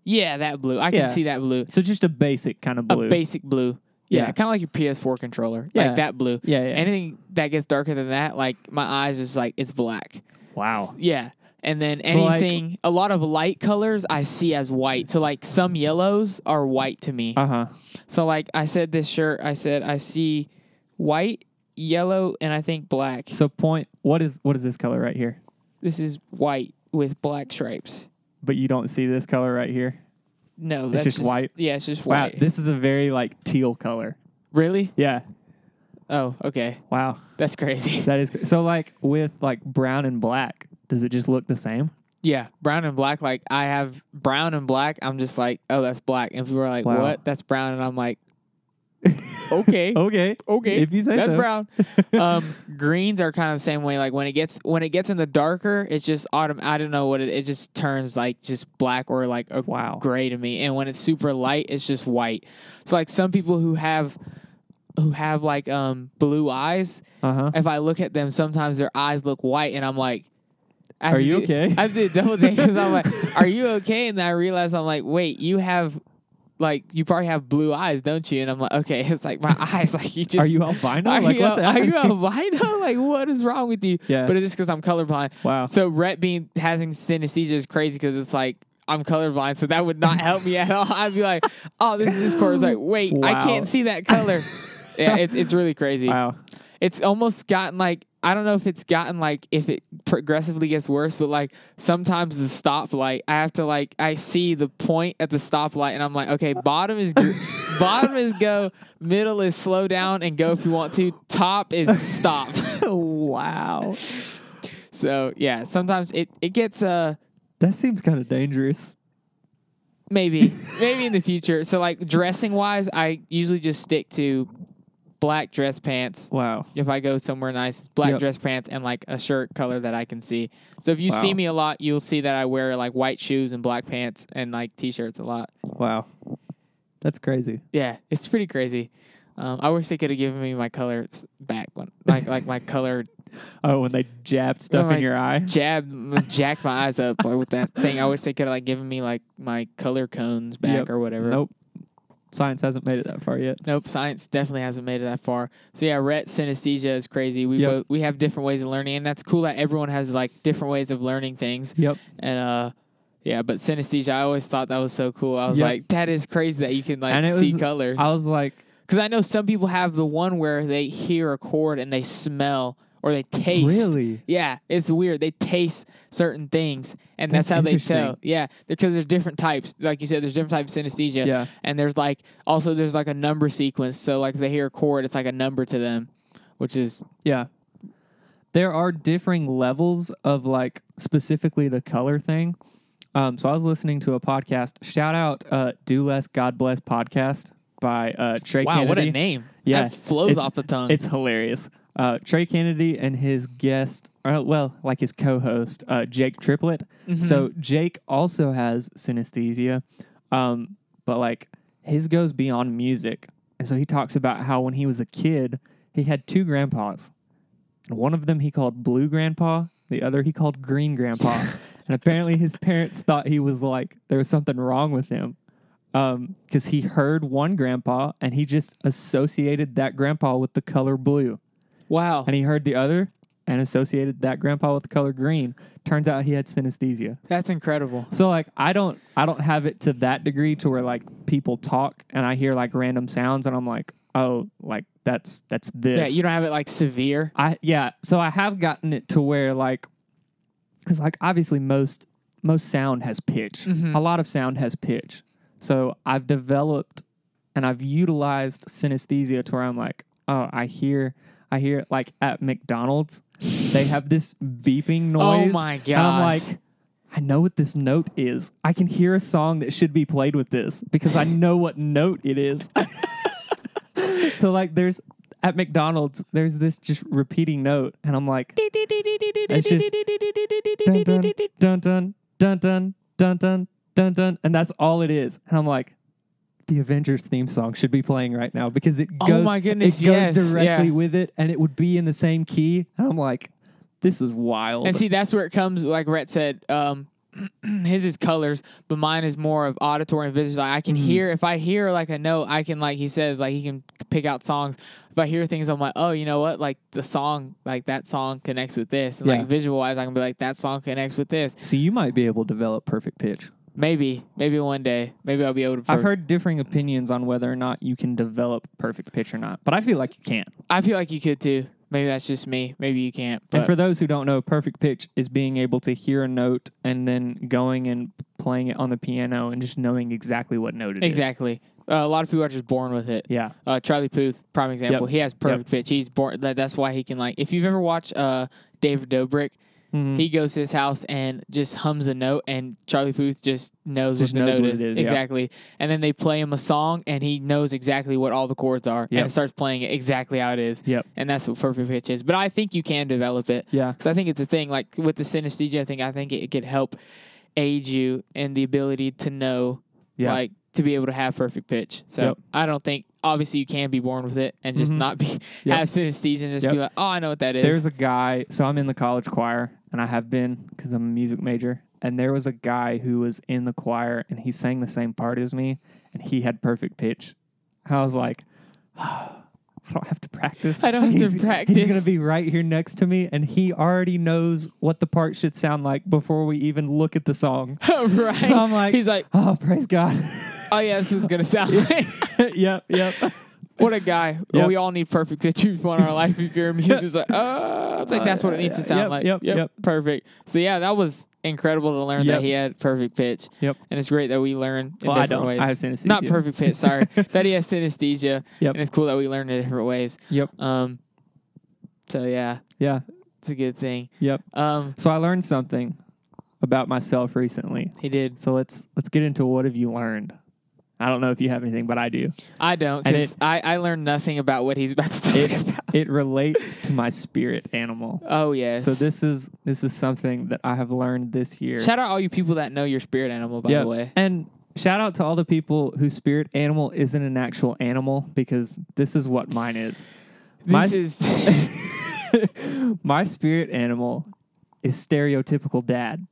Speaker 1: yeah, that blue. I can
Speaker 2: Yeah.
Speaker 1: see that blue.
Speaker 2: So just a basic kind of blue.
Speaker 1: A basic blue. Yeah,
Speaker 2: Yeah.
Speaker 1: kind of like your PS4 controller.
Speaker 2: Yeah.
Speaker 1: Like that blue.
Speaker 2: yeah. yeah.
Speaker 1: Anything that gets darker than that, like my eyes is like it's black.
Speaker 2: wow.
Speaker 1: Yeah. And then
Speaker 2: So, like-
Speaker 1: anything, a lot of light colors I see as white. So like some yellows are white to me.
Speaker 2: Uh huh.
Speaker 1: so like I said this shirt, I said I see white, yellow, and I think black.
Speaker 2: So point. What is what is this color right here?
Speaker 1: This is white with black stripes.
Speaker 2: But you don't see this color right here.
Speaker 1: No, that's
Speaker 2: just white?
Speaker 1: Yeah, it's just
Speaker 2: Wow.
Speaker 1: white.
Speaker 2: This is a very like teal color.
Speaker 1: really?
Speaker 2: Yeah.
Speaker 1: Oh, okay.
Speaker 2: Wow.
Speaker 1: That's
Speaker 2: (laughs)
Speaker 1: crazy. (laughs)
Speaker 2: That is so. Like with like brown and black, does it just look the same?
Speaker 1: Yeah, brown and black. Like I have brown and black. I'm just like, oh, that's black. And people are like,
Speaker 2: Wow.
Speaker 1: what? That's brown. And I'm
Speaker 2: (laughs)
Speaker 1: like, okay,
Speaker 2: Okay.
Speaker 1: okay.
Speaker 2: If you say
Speaker 1: that's
Speaker 2: so. (laughs)
Speaker 1: brown. um, greens are kind of the same way. Like when it gets when it gets in the darker, it's just autumn. I don't know what it. It just turns like just black or like a
Speaker 2: Wow.
Speaker 1: gray to me. And when it's super light, it's just white. So like some people who have who have like um blue eyes,
Speaker 2: Uh huh.
Speaker 1: if I look at them, sometimes their eyes look white, and I'm like, I have
Speaker 2: Are
Speaker 1: to
Speaker 2: you
Speaker 1: do-
Speaker 2: okay?
Speaker 1: I have to do a double take because
Speaker 2: (laughs)
Speaker 1: I'm like, are you okay? And then I realize I'm like, wait, you have, like, you probably have blue eyes, don't you? And I'm like, okay, (laughs) it's like my eyes, like you just
Speaker 2: Are you (laughs) albino?
Speaker 1: Are
Speaker 2: like
Speaker 1: you,
Speaker 2: what's
Speaker 1: are
Speaker 2: happening?
Speaker 1: you albino? (laughs) Like, what is wrong with you?
Speaker 2: Yeah.
Speaker 1: But it's just because I'm colorblind. (laughs)
Speaker 2: wow.
Speaker 1: So Rhett being having synesthesia is crazy because it's like I'm colorblind, so that would
Speaker 2: (laughs)
Speaker 1: not help me at all. I'd be like, oh, this is Discord. It's like, wait, I
Speaker 2: Wow.
Speaker 1: can't see that
Speaker 2: (laughs)
Speaker 1: color. yeah, it's it's really crazy (laughs)
Speaker 2: Wow.
Speaker 1: it's almost gotten like I don't know if it's gotten like if it progressively gets worse, but like sometimes the stoplight, I have to like I see the point at the stoplight, and I'm like, okay, bottom is gr- bottom is go, middle is slow down and go if you want to, top is stop. (laughs)
Speaker 2: wow.
Speaker 1: so yeah, sometimes it it gets uh
Speaker 2: That seems kind of dangerous.
Speaker 1: maybe maybe in the future. So like dressing wise, I usually just stick to black dress pants.
Speaker 2: Wow.
Speaker 1: if I go somewhere nice, it's black
Speaker 2: Yep.
Speaker 1: dress pants and like a shirt color that I can see. So if you see
Speaker 2: Wow.
Speaker 1: me a lot, you'll see that I wear like white shoes and black pants and like t-shirts a lot.
Speaker 2: Wow. That's crazy.
Speaker 1: Yeah, it's pretty crazy. Um, I wish they could have given me my colors back when like like my color
Speaker 2: Oh, when they jabbed stuff
Speaker 1: Like-
Speaker 2: in your eye.
Speaker 1: jab jacked my eyes up with that thing. I wish they could have like given me like my color cones back
Speaker 2: Yep.
Speaker 1: or whatever.
Speaker 2: Nope. Science hasn't made it that far yet.
Speaker 1: Nope, science definitely hasn't made it that far. So yeah, Rhett synesthesia is crazy. We
Speaker 2: Yep.
Speaker 1: both, we have different ways of learning, and that's cool that everyone has like different ways of learning things.
Speaker 2: Yep.
Speaker 1: And uh yeah, but synesthesia, I always thought that was so cool. I was
Speaker 2: Yeah.
Speaker 1: like, that is crazy that you can like
Speaker 2: And it
Speaker 1: see
Speaker 2: was-
Speaker 1: colors.
Speaker 2: I was like,
Speaker 1: Because I know some people have the one where they hear a chord and they smell or they taste.
Speaker 2: really?
Speaker 1: Yeah, it's weird. They taste certain things, and that's,
Speaker 2: That's
Speaker 1: how they
Speaker 2: interesting.
Speaker 1: tell. Yeah, because there's different types. Like you said, there's different types of synesthesia.
Speaker 2: Yeah.
Speaker 1: And there's like also there's like a number sequence. So like if they hear a chord, it's like a number to them, which is
Speaker 2: Yeah. There are differing levels of like specifically the color thing. Um, so I was listening to a podcast. Shout out uh, Do Less, God Bless podcast by uh, Trey
Speaker 1: wow,
Speaker 2: Kennedy.
Speaker 1: what a name.
Speaker 2: Yeah,
Speaker 1: that flows
Speaker 2: it's-
Speaker 1: off the tongue.
Speaker 2: It's hilarious. Uh, Trey Kennedy and his guest, or well, like his co-host, uh, Jake Triplett. So Jake also has synesthesia, um, but like his goes beyond music, and so he talks about how when he was a kid, he had two grandpas, and one of them he called Blue Grandpa, the other he called Green Grandpa, and apparently his parents thought he was like there was something wrong with him because Um, he heard one grandpa and he just associated that grandpa with the color blue.
Speaker 1: wow.
Speaker 2: And he heard the other and associated that grandpa with the color green. Turns out he had synesthesia.
Speaker 1: That's incredible.
Speaker 2: So like I don't I don't have it to that degree to where like people talk and I hear like random sounds and I'm like, oh, like that's that's this.
Speaker 1: Yeah, you don't have it like severe.
Speaker 2: I yeah, so I have gotten it to where like cuz like obviously most most sound has pitch.
Speaker 1: Mm-hmm.
Speaker 2: A lot of sound has pitch. So I've developed and I've utilized synesthesia to where I'm like, "Oh, I hear I hear it like at McDonald's. they have this beeping
Speaker 1: Oh
Speaker 2: noise."
Speaker 1: my
Speaker 2: And I'm
Speaker 1: gosh.
Speaker 2: like, I know what this note is. (laughs) I can hear a song that should be played with this because I know what note it is. so like there's at McDonald's, there's this just repeating note, and I'm like It's just dun dun dun dun dun dun dun dun dun dun, and that's all it is. And I'm like, the Avengers theme song should be playing right now because it
Speaker 1: Oh
Speaker 2: goes
Speaker 1: my goodness,
Speaker 2: it goes
Speaker 1: yes,
Speaker 2: directly
Speaker 1: yeah.
Speaker 2: with it, and it would be in the same key. And I'm like, this is wild.
Speaker 1: And see, that's where it comes. Like Rhett said, um, (clears throat) his is colors, but mine is more of auditory and visual. Like, I
Speaker 2: Mm-hmm.
Speaker 1: can hear if I hear like a note, I can like he says, like he can pick out songs. If I hear things, I'm like, oh, you know what? Like the song, like that song connects with this, and
Speaker 2: Yeah.
Speaker 1: like visualize, I can be like that song connects with this.
Speaker 2: so you might be able to develop perfect pitch.
Speaker 1: Maybe, maybe one day, maybe I'll be able to.
Speaker 2: I've heard differing opinions on whether or not you can develop perfect pitch or not, but I feel like you can.
Speaker 1: I feel like you could too. Maybe that's just me. Maybe you can't. But
Speaker 2: and for those who don't know, perfect pitch is being able to hear a note and then going and playing it on the piano and just knowing exactly what note it is.
Speaker 1: exactly, uh, a lot of people are just born with it.
Speaker 2: Yeah.
Speaker 1: Uh, Charlie Puth, prime example. He has perfect pitch. He's born. that- That's why he can like. If you've ever watched uh, David Dobrik,
Speaker 2: Mhm.
Speaker 1: he goes to his house and just hums a note, and Charlie Puth just knows
Speaker 2: Just
Speaker 1: what the
Speaker 2: knows
Speaker 1: note
Speaker 2: what
Speaker 1: is.
Speaker 2: it is, yeah.
Speaker 1: exactly. And then they play him a song, and he knows exactly what all the chords are,
Speaker 2: Yep.
Speaker 1: and starts playing it exactly how it is.
Speaker 2: Yep.
Speaker 1: And that's what perfect pitch is. But I think you can develop it.
Speaker 2: Yeah.
Speaker 1: Because I think it's a thing, like with the synesthesia thing, I think it could help aid you in the ability to know,
Speaker 2: Yeah.
Speaker 1: like, to be able to have perfect pitch. So
Speaker 2: Yep.
Speaker 1: I don't think, obviously, you can be born with it and just
Speaker 2: Mhm.
Speaker 1: not be, (laughs)
Speaker 2: Yep.
Speaker 1: have synesthesia and just
Speaker 2: Yep.
Speaker 1: be like, oh, I know what that is.
Speaker 2: There's a guy, so I'm in the college choir, and I have been because I'm a music major. And there was a guy who was in the choir, and he sang the same part as me, and he had perfect pitch. I was like, (sighs) I don't have to practice.
Speaker 1: I don't have to
Speaker 2: He's-
Speaker 1: practice.
Speaker 2: He's gonna be right here next to me, and he already knows what the part should sound like before we even look at
Speaker 1: (laughs)
Speaker 2: the song.
Speaker 1: (laughs) right.
Speaker 2: So I'm like,
Speaker 1: he's like,
Speaker 2: (laughs) oh, praise God. (laughs)
Speaker 1: oh, yeah, this was going to sound like. (laughs)
Speaker 2: yep, yep.
Speaker 1: What a guy.
Speaker 2: (laughs) Yep.
Speaker 1: We all need perfect pictures in our life if you're a music's like, oh, it's like
Speaker 2: Uh,
Speaker 1: that's what it needs to sound
Speaker 2: yep,
Speaker 1: like.
Speaker 2: yep, yep.
Speaker 1: Perfect. So yeah, that was incredible to learn
Speaker 2: Yep.
Speaker 1: that he had perfect pitch.
Speaker 2: Yep.
Speaker 1: And it's great that we learn in
Speaker 2: Well, I
Speaker 1: different
Speaker 2: don't.
Speaker 1: ways.
Speaker 2: I have synesthesia.
Speaker 1: Not perfect pitch,
Speaker 2: (laughs)
Speaker 1: sorry. that he has synesthesia.
Speaker 2: Yep.
Speaker 1: And it's cool that we learn it different ways.
Speaker 2: Yep.
Speaker 1: Um so yeah,
Speaker 2: Yeah.
Speaker 1: it's a good thing.
Speaker 2: Yep.
Speaker 1: Um
Speaker 2: So I learned something about myself recently.
Speaker 1: he did.
Speaker 2: So let's let's get into what have you learned. I don't know if you have anything, but I do.
Speaker 1: I don't
Speaker 2: And
Speaker 1: because
Speaker 2: it-
Speaker 1: I, I learned nothing about what he's about to talk
Speaker 2: (laughs) It
Speaker 1: about.
Speaker 2: it relates to my spirit animal.
Speaker 1: Oh yes.
Speaker 2: So this is this is something that I have learned this year.
Speaker 1: shout out all you people that know your spirit animal, by
Speaker 2: Yeah.
Speaker 1: the way.
Speaker 2: And shout out to all the people whose spirit animal isn't an actual animal because this is what mine is.
Speaker 1: This
Speaker 2: My-
Speaker 1: is (laughs)
Speaker 2: my spirit animal is stereotypical dad.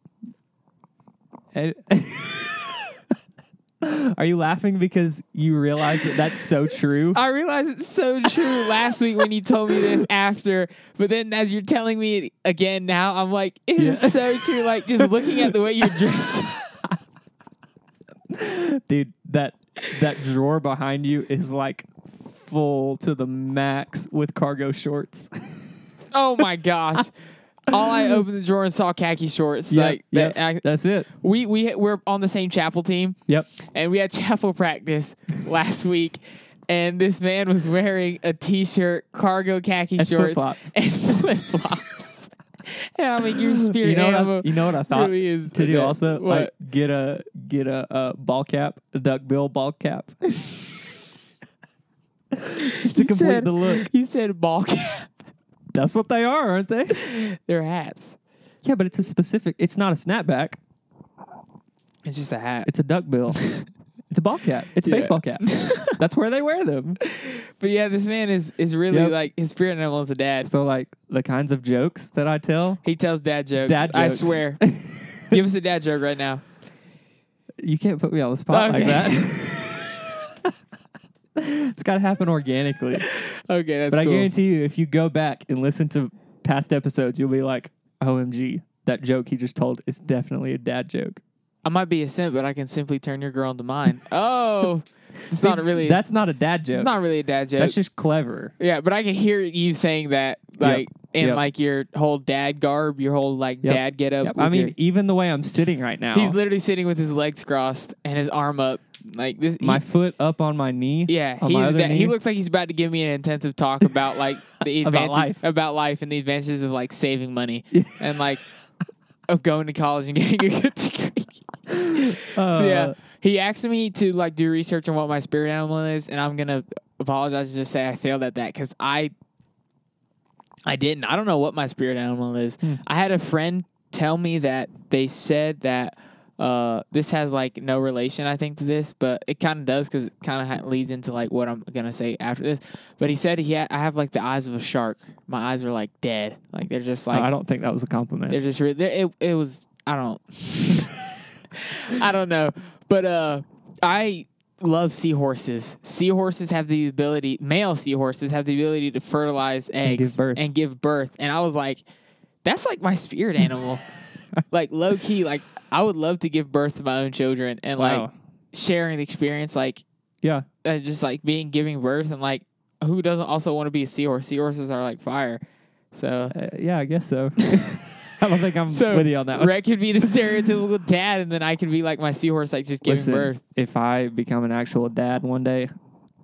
Speaker 2: And- (laughs) Are you laughing because you realize that that's so true?
Speaker 1: I realize it's so true last week when you told me this after, but then as you're telling me it again now, I'm like, it is
Speaker 2: Yeah.
Speaker 1: so true. Like just looking at the way you're dressed. (laughs)
Speaker 2: Dude, that that drawer behind you is like full to the max with cargo (laughs) shorts.
Speaker 1: oh my gosh. All I opened the drawer and saw khaki shorts. like
Speaker 2: yep,
Speaker 1: that, I-
Speaker 2: that's it.
Speaker 1: we we we're on the same chapel team,
Speaker 2: Yep.
Speaker 1: and we had (laughs) chapel practice last week, and this man was wearing a t-shirt, cargo khaki
Speaker 2: And
Speaker 1: shorts,
Speaker 2: flip-flops.
Speaker 1: (laughs) and flip flops. (laughs) and I'm like, your spirit
Speaker 2: you know
Speaker 1: animal.
Speaker 2: What I, you know what I thought
Speaker 1: really is
Speaker 2: to do
Speaker 1: that-
Speaker 2: also
Speaker 1: what?
Speaker 2: like get a get a uh, ball cap, a duck bill ball cap, (laughs) just to
Speaker 1: You
Speaker 2: complete
Speaker 1: said-
Speaker 2: the look.
Speaker 1: You said ball cap. (laughs)
Speaker 2: That's what they are, aren't they?
Speaker 1: They're hats.
Speaker 2: yeah, but it's a specific. It's not a snapback.
Speaker 1: It's just a hat.
Speaker 2: It's a duck (laughs) bill. it's a ball cap. It's a
Speaker 1: Yeah.
Speaker 2: baseball (laughs) cap. That's where they wear them.
Speaker 1: But yeah, this man is is really
Speaker 2: Yep.
Speaker 1: like his spirit animal is a dad.
Speaker 2: So like the kinds of jokes that I tell,
Speaker 1: He tells dad jokes.
Speaker 2: dad jokes.
Speaker 1: I
Speaker 2: (laughs)
Speaker 1: swear. Give us a dad joke right now.
Speaker 2: you can't put me on the spot like
Speaker 1: Okay.
Speaker 2: that. (laughs) it's got to happen organically.
Speaker 1: Okay, that's
Speaker 2: But
Speaker 1: cool.
Speaker 2: I guarantee you, if you go back and listen to past episodes, you'll be like, OMG, that joke he just told is definitely a dad joke.
Speaker 1: I might be a simp, but I can simply turn your girl into mine. Oh, it's
Speaker 2: See,
Speaker 1: not really.
Speaker 2: That's not a dad joke.
Speaker 1: it's not really a dad joke.
Speaker 2: That's just clever.
Speaker 1: yeah, but I can hear you saying that like in
Speaker 2: Yep.
Speaker 1: like your whole dad garb, your whole like
Speaker 2: Yep.
Speaker 1: dad get up.
Speaker 2: I mean, even the way I'm sitting right now,
Speaker 1: he's literally sitting with his legs crossed and his arm up like this.
Speaker 2: my
Speaker 1: he-
Speaker 2: foot up on my knee.
Speaker 1: Yeah,
Speaker 2: on my
Speaker 1: he's
Speaker 2: other
Speaker 1: that,
Speaker 2: knee.
Speaker 1: he looks like he's about to give me an intensive talk about (laughs) like the
Speaker 2: About
Speaker 1: advances
Speaker 2: life.
Speaker 1: about life and the advantages of like saving (laughs) money and like of going to college and getting a good degree. (laughs)
Speaker 2: Uh, oh,
Speaker 1: So, yeah, he asked me to like do research on what my spirit animal is, and I'm gonna apologize and just say I failed at that because I I didn't. I don't know what my spirit animal is. I had a friend tell me that they said that uh, this has like no relation, I think, to this, but it kind of does because it kind of ha- leads into like what I'm gonna say after this. But he said he ha- I have like the eyes of a shark. My eyes are like dead. Like they're just like
Speaker 2: I don't think that was a compliment.
Speaker 1: they're just re- they're, it. It was I don't (laughs) I don't know, but uh, I love seahorses. Seahorses have the ability. Male seahorses have the ability to fertilize eggs
Speaker 2: give birth.
Speaker 1: and give birth. And I was like, that's like my spirit
Speaker 2: (laughs)
Speaker 1: animal. like low key, like I would love to give birth to my own children and like
Speaker 2: wow.
Speaker 1: sharing the experience, like
Speaker 2: yeah.
Speaker 1: uh, just like being giving birth and like who doesn't also want to be a seahorse? Seahorses are like fire. So
Speaker 2: Uh, yeah, I
Speaker 1: (laughs)
Speaker 2: guess so. (laughs) I don't think I'm
Speaker 1: so
Speaker 2: with you on that one.
Speaker 1: Rhett could be the
Speaker 2: (laughs)
Speaker 1: stereotypical dad, and then I could be like my seahorse, like just giving
Speaker 2: Listen,
Speaker 1: birth.
Speaker 2: if I become an actual dad one day,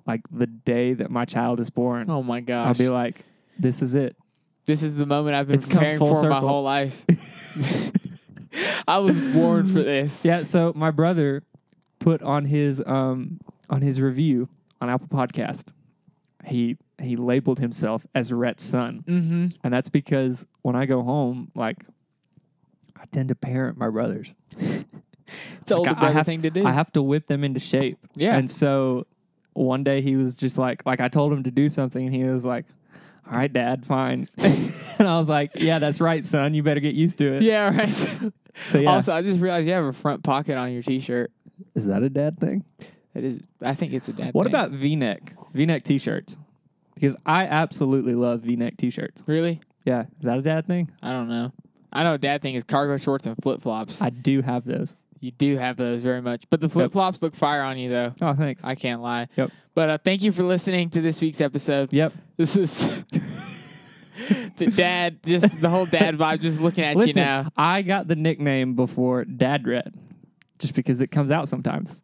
Speaker 2: like the day that my child is born,
Speaker 1: Oh my gosh!
Speaker 2: I'll be like, this is it.
Speaker 1: this is the moment I've been
Speaker 2: It's come
Speaker 1: preparing
Speaker 2: full
Speaker 1: for my
Speaker 2: circle.
Speaker 1: whole
Speaker 2: (laughs)
Speaker 1: life. (laughs) I was born for this.
Speaker 2: Yeah, so my brother put on his um on his review on Apple Podcast, he he labeled himself as Rhett's son.
Speaker 1: Mm-hmm.
Speaker 2: And that's because when I go home, like I tend to parent my brothers.
Speaker 1: It's an
Speaker 2: Like,
Speaker 1: older
Speaker 2: I- I
Speaker 1: brother
Speaker 2: have-
Speaker 1: thing to do.
Speaker 2: I have to whip them into shape.
Speaker 1: Yeah.
Speaker 2: And so one day he was just like, like I told him to do something, and he was like, "All right, Dad, fine." (laughs) and I was like, "Yeah, that's right, son. You better get used to it."
Speaker 1: (laughs) yeah, right.
Speaker 2: So yeah,
Speaker 1: Also, I just realized you have a front pocket on your t-shirt.
Speaker 2: is that a dad thing?
Speaker 1: It is. I think it's a dad.
Speaker 2: What
Speaker 1: thing.
Speaker 2: about V-neck, V-neck T-shirts? Because I absolutely love V-neck T-shirts.
Speaker 1: really?
Speaker 2: Yeah, is that a dad thing?
Speaker 1: I don't know. I know a dad thing is cargo shorts and flip flops.
Speaker 2: I do have those.
Speaker 1: You do have those very much, but the flip flops look fire on you though.
Speaker 2: Oh, thanks.
Speaker 1: I can't lie.
Speaker 2: Yep.
Speaker 1: But uh, thank you for listening to this week's episode.
Speaker 2: Yep.
Speaker 1: This is (laughs) the dad, just the whole dad vibe, just looking at you
Speaker 2: Listen,
Speaker 1: now.
Speaker 2: I got the nickname before Dad Red, just because it comes out sometimes.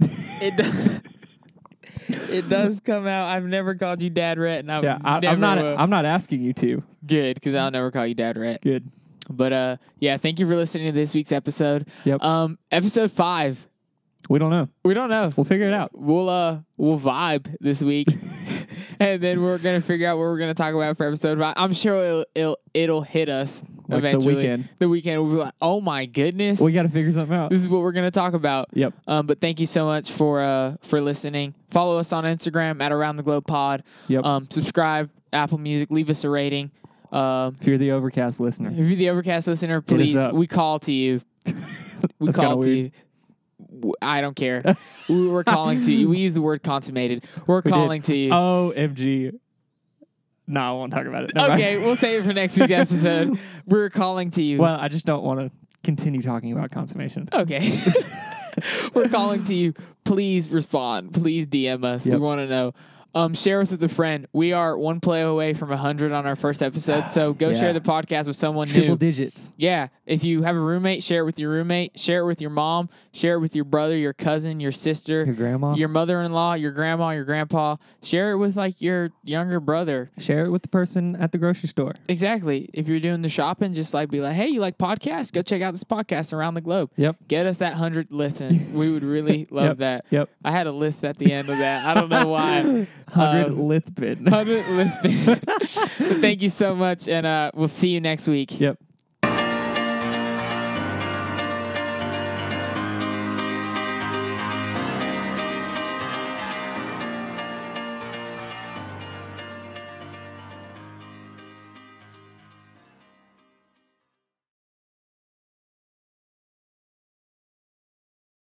Speaker 1: It does, (laughs) it does come out. I've never called you Dad Rat, and I'm,
Speaker 2: Yeah, I,
Speaker 1: Oh, never
Speaker 2: I'm not.
Speaker 1: will.
Speaker 2: I'm not asking you to.
Speaker 1: good because I'll never call you Dad Rat.
Speaker 2: Good.
Speaker 1: But uh, yeah, thank you for listening to this week's episode.
Speaker 2: Yep.
Speaker 1: Um, episode five.
Speaker 2: We don't know.
Speaker 1: We don't know.
Speaker 2: We'll figure it out.
Speaker 1: We'll uh, we'll vibe this
Speaker 2: (laughs)
Speaker 1: week. (laughs) And then we're gonna figure out what we're gonna talk about for episode five. I'm sure it'll it'll, it'll hit us
Speaker 2: the
Speaker 1: eventually.
Speaker 2: weekend.
Speaker 1: The weekend. We'll be like, oh my goodness,
Speaker 2: We got to figure something out.
Speaker 1: this is what we're gonna talk about.
Speaker 2: Yep.
Speaker 1: Um, but thank you so much for uh, for listening. Follow us on Instagram at Around the Globe Pod.
Speaker 2: Yep.
Speaker 1: Um, subscribe Apple Music. Leave us a rating. Um,
Speaker 2: if you're the overcast listener,
Speaker 1: if you're the Overcast listener, please
Speaker 2: up.
Speaker 1: we call to
Speaker 2: (laughs)
Speaker 1: you. We
Speaker 2: That's
Speaker 1: call
Speaker 2: kinda
Speaker 1: to
Speaker 2: weird.
Speaker 1: you. W- I don't care. we were calling to you. We use the word consummated. We're
Speaker 2: We did. Oh,
Speaker 1: calling to you.
Speaker 2: OMG. No, I won't talk about it. Never mind.
Speaker 1: okay, we'll save it for next week's
Speaker 2: (laughs)
Speaker 1: episode. We're calling to you.
Speaker 2: Well, I just don't want to continue talking about consummation.
Speaker 1: Okay. (laughs) We're calling to you. Please respond. Please DM us. We
Speaker 2: Yep.
Speaker 1: want to know. Um, share us with a friend. We are one play away from 100 on our first episode. So go
Speaker 2: Yeah.
Speaker 1: share the podcast with someone
Speaker 2: Triple
Speaker 1: new.
Speaker 2: digits.
Speaker 1: yeah. If you have a roommate, share it with your roommate. Share it with your mom. Share it with your brother, your cousin, your sister,
Speaker 2: Your grandma.
Speaker 1: your mother in law, your grandma, your grandpa. Share it with like your younger brother.
Speaker 2: Share it with the person at the grocery store.
Speaker 1: Exactly. If you're doing the shopping, just like be like, hey, you like podcasts? Go check out this podcast around the globe
Speaker 2: Yep.
Speaker 1: get us that hundred listen. we would
Speaker 2: (laughs)
Speaker 1: really love
Speaker 2: Yep.
Speaker 1: that.
Speaker 2: Yep.
Speaker 1: I had a list at the end of that. I don't know
Speaker 2: (laughs)
Speaker 1: why.
Speaker 2: 100
Speaker 1: Um, (laughs)
Speaker 2: Lithbid.
Speaker 1: Hundred listen. But Thank you so much, and uh, we'll see you next week.
Speaker 2: yep.